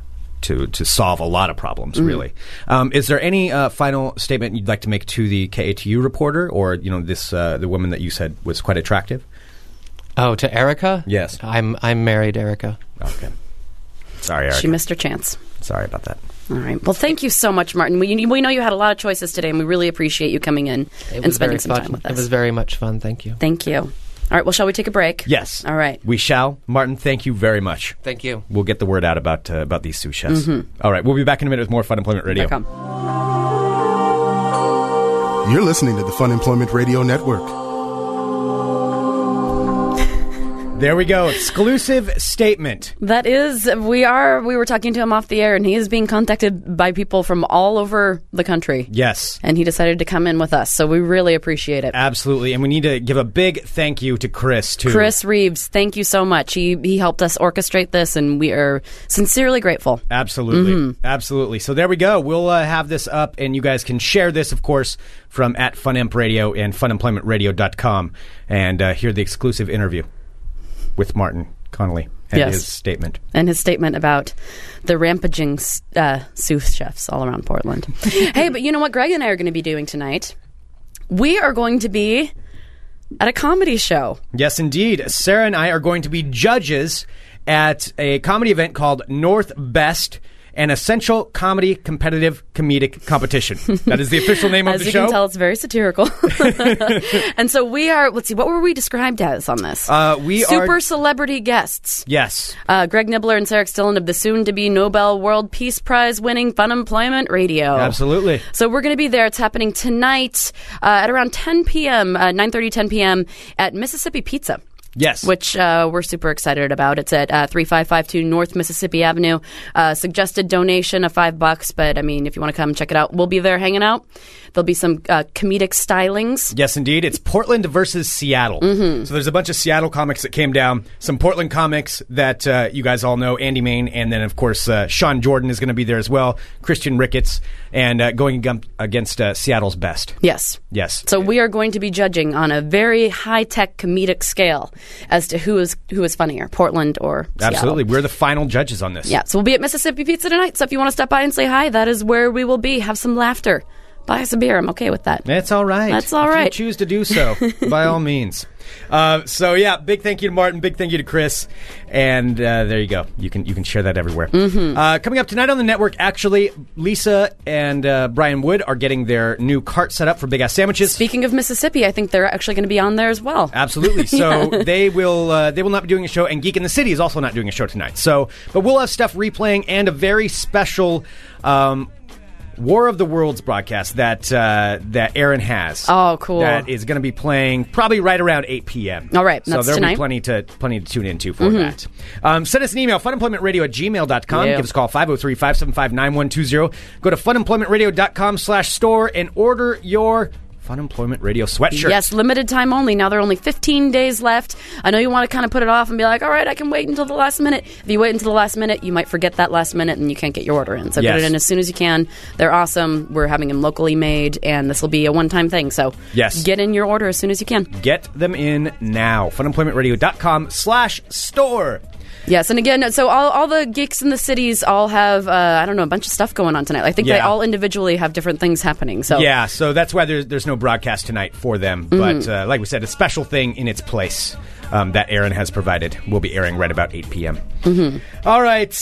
to to solve a lot of problems.
Mhm.
Really, um, is there any uh, final statement you'd like to make to the KATU reporter, or you know, this uh, the woman that you said was quite attractive?
Oh, to Erica?
Yes.
I'm I'm married, Erica.
Okay. Sorry, Erica.
She missed her chance.
Sorry about that.
All right. Well, thank you so much, Martin. We, we know you had a lot of choices today, and we really appreciate you coming in and
was
spending
very
some
fun.
time with
It
us.
was very much fun. Thank you.
Thank you. All right. Well, shall we take a break?
Yes.
All right.
We shall. Martin, thank you very much.
Thank you.
We'll get the word out about uh, about these sous chefs.
Mhm.
All right, we'll be back in a minute with more Fun Employment Radio.
Dot com.
You're listening to the Fun Employment Radio Network.
There we go. Exclusive statement.
That is, we are. We were talking to him off the air, and he is being contacted by people from all over the country.
Yes.
And he decided to come in with us, so we really appreciate it.
Absolutely. And we need to give a big thank you to Chris too.
Chris Reeves, thank you so much. He he helped us orchestrate this, and we are sincerely grateful.
Absolutely.
Mhm.
Absolutely. So there we go. We'll uh, have this up and you guys can share this of course from at Funemp Radio and funemploymentradio.com and uh, hear the exclusive interview with Martin Connolly and
Yes.
his statement.
And his statement about the rampaging uh, sous chefs all around
<laughs>
Portland. hey, but you know what? Greg and I are going to be doing tonight. We are going to be at a comedy show.
Yes, indeed. Sarah and I are going to be judges at a comedy event called North Best, an essential comedy competitive
<laughs>
comedic competition. that is the official name of
As
the
you
show.
can tell, it's very satirical.
<laughs>
<laughs> and so we are. Let's see. What were we described as on this?
Uh, we are-
super celebrity guests.
yes.
Uh, Greg Nibbler and Sarah Stillen of the soon-to-be Nobel World Peace Prize winning Fun Employment Radio.
Absolutely.
So we're going to be there. It's happening tonight uh, at around 10 p.m., uh, 9.30, 10 p.m. at Mississippi Pizza.
Yes.
Which uh, we're super excited about. It's at uh, 3552 North Mississippi Avenue. Uh, suggested donation of five bucks, but I mean, if you want to come check it out, we'll be there hanging out. There'll be some uh, comedic stylings.
Yes, indeed. It's Portland versus Seattle.
Mm-hmm.
So there's a bunch of Seattle comics that came down, some Portland comics that uh, you guys all know, Andy Main, and then, of course, uh, Sean Jordan is going to be there as well, Christian Ricketts, and uh, going agum- against uh, Seattle's best.
Yes.
Yes.
So we are going to be judging on a very high tech comedic scale as to who is who is funnier, Portland or Seattle.
Absolutely. We're the final judges on this.
Yeah, so we'll be at Mississippi Pizza tonight. So if you want to stop by and say hi, that is where we will be. Have some laughter. Buy us a beer. I'm okay with that.
That's all right.
That's all
If you
right.
choose to
<laughs>
do so, by all means. Uh, so yeah, big thank you to Martin. Big thank you to Chris. And uh, there you go. You can you can share that everywhere.
Mm-hmm.
Uh, coming up tonight on the network, actually, Lisa and uh, Brian Wood are getting their new cart set up for big ass sandwiches.
Speaking of Mississippi, I think they're actually going to be on there as well.
Absolutely. So
<laughs> Yeah.
they will uh, they will not be doing a show, and Geek in the City is also not doing a show tonight. So, but we'll have stuff replaying and a very special. Um, War of the Worlds broadcast that uh, that Aaron has.
Oh, cool.
That is going to be playing probably right around 8 p.m.
All right,
so
that's
there'll be
tonight.
plenty to plenty to tune into for
Mhm.
that. Um, send us an email, funemploymentradio at gmail.com.
Yeah.
Give us a call, 503-575-9120. Go to funemploymentradio.com slash store and order your Fun Employment Radio sweatshirt.
Yes, limited time only. Now there are only 15 days left. I know you want to kind of put it off and be like, all right, I can wait until the last minute. If you wait until the last minute, you might forget that last minute and you can't get your order in. So
Yes.
get it in as soon as you can. They're awesome. We're having them locally made, and this will be a one time thing. So
Yes.
get in your order as soon as you can.
Get them in now. Funemploymentradio.com slash store.
Yes, and again, so all, all the geeks in the cities all have uh, I don't know a bunch of stuff going on tonight. I think they
Yeah.
all individually have different things happening. So Mm-hmm.
yeah, so that's why there's, there's no broadcast tonight for them. But uh, like we said, a special thing in its place um, that Aaron has provided will be airing right about 8 p.m.
Mhm.
All right.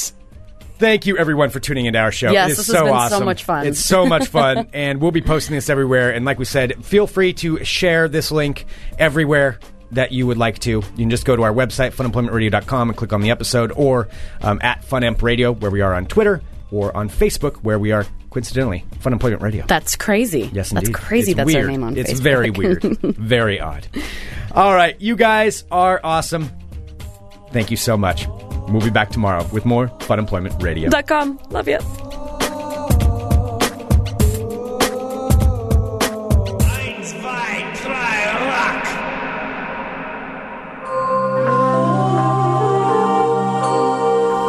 Thank you, everyone, for tuning into our show.
Yes,
it is
this has
so
been so
awesome.
much fun.
It's so
<laughs>
much fun, and we'll be posting this everywhere. And like we said, feel free to share this link everywhere that you would like to. You can just go to our website, funemploymentradio.com, and click on the episode, or um, at Funemp Radio, where we are on Twitter, or on Facebook, where we are coincidentally, Fun Employment Radio.
That's crazy.
Yes,
That's
indeed.
crazy
It's
that's
weird.
our name on
It's
Facebook.
very weird.
<laughs>
very odd. All right, you guys are awesome. Thank you so much. We'll be back tomorrow with more Fun Employment Radio.
Dot com. Love you.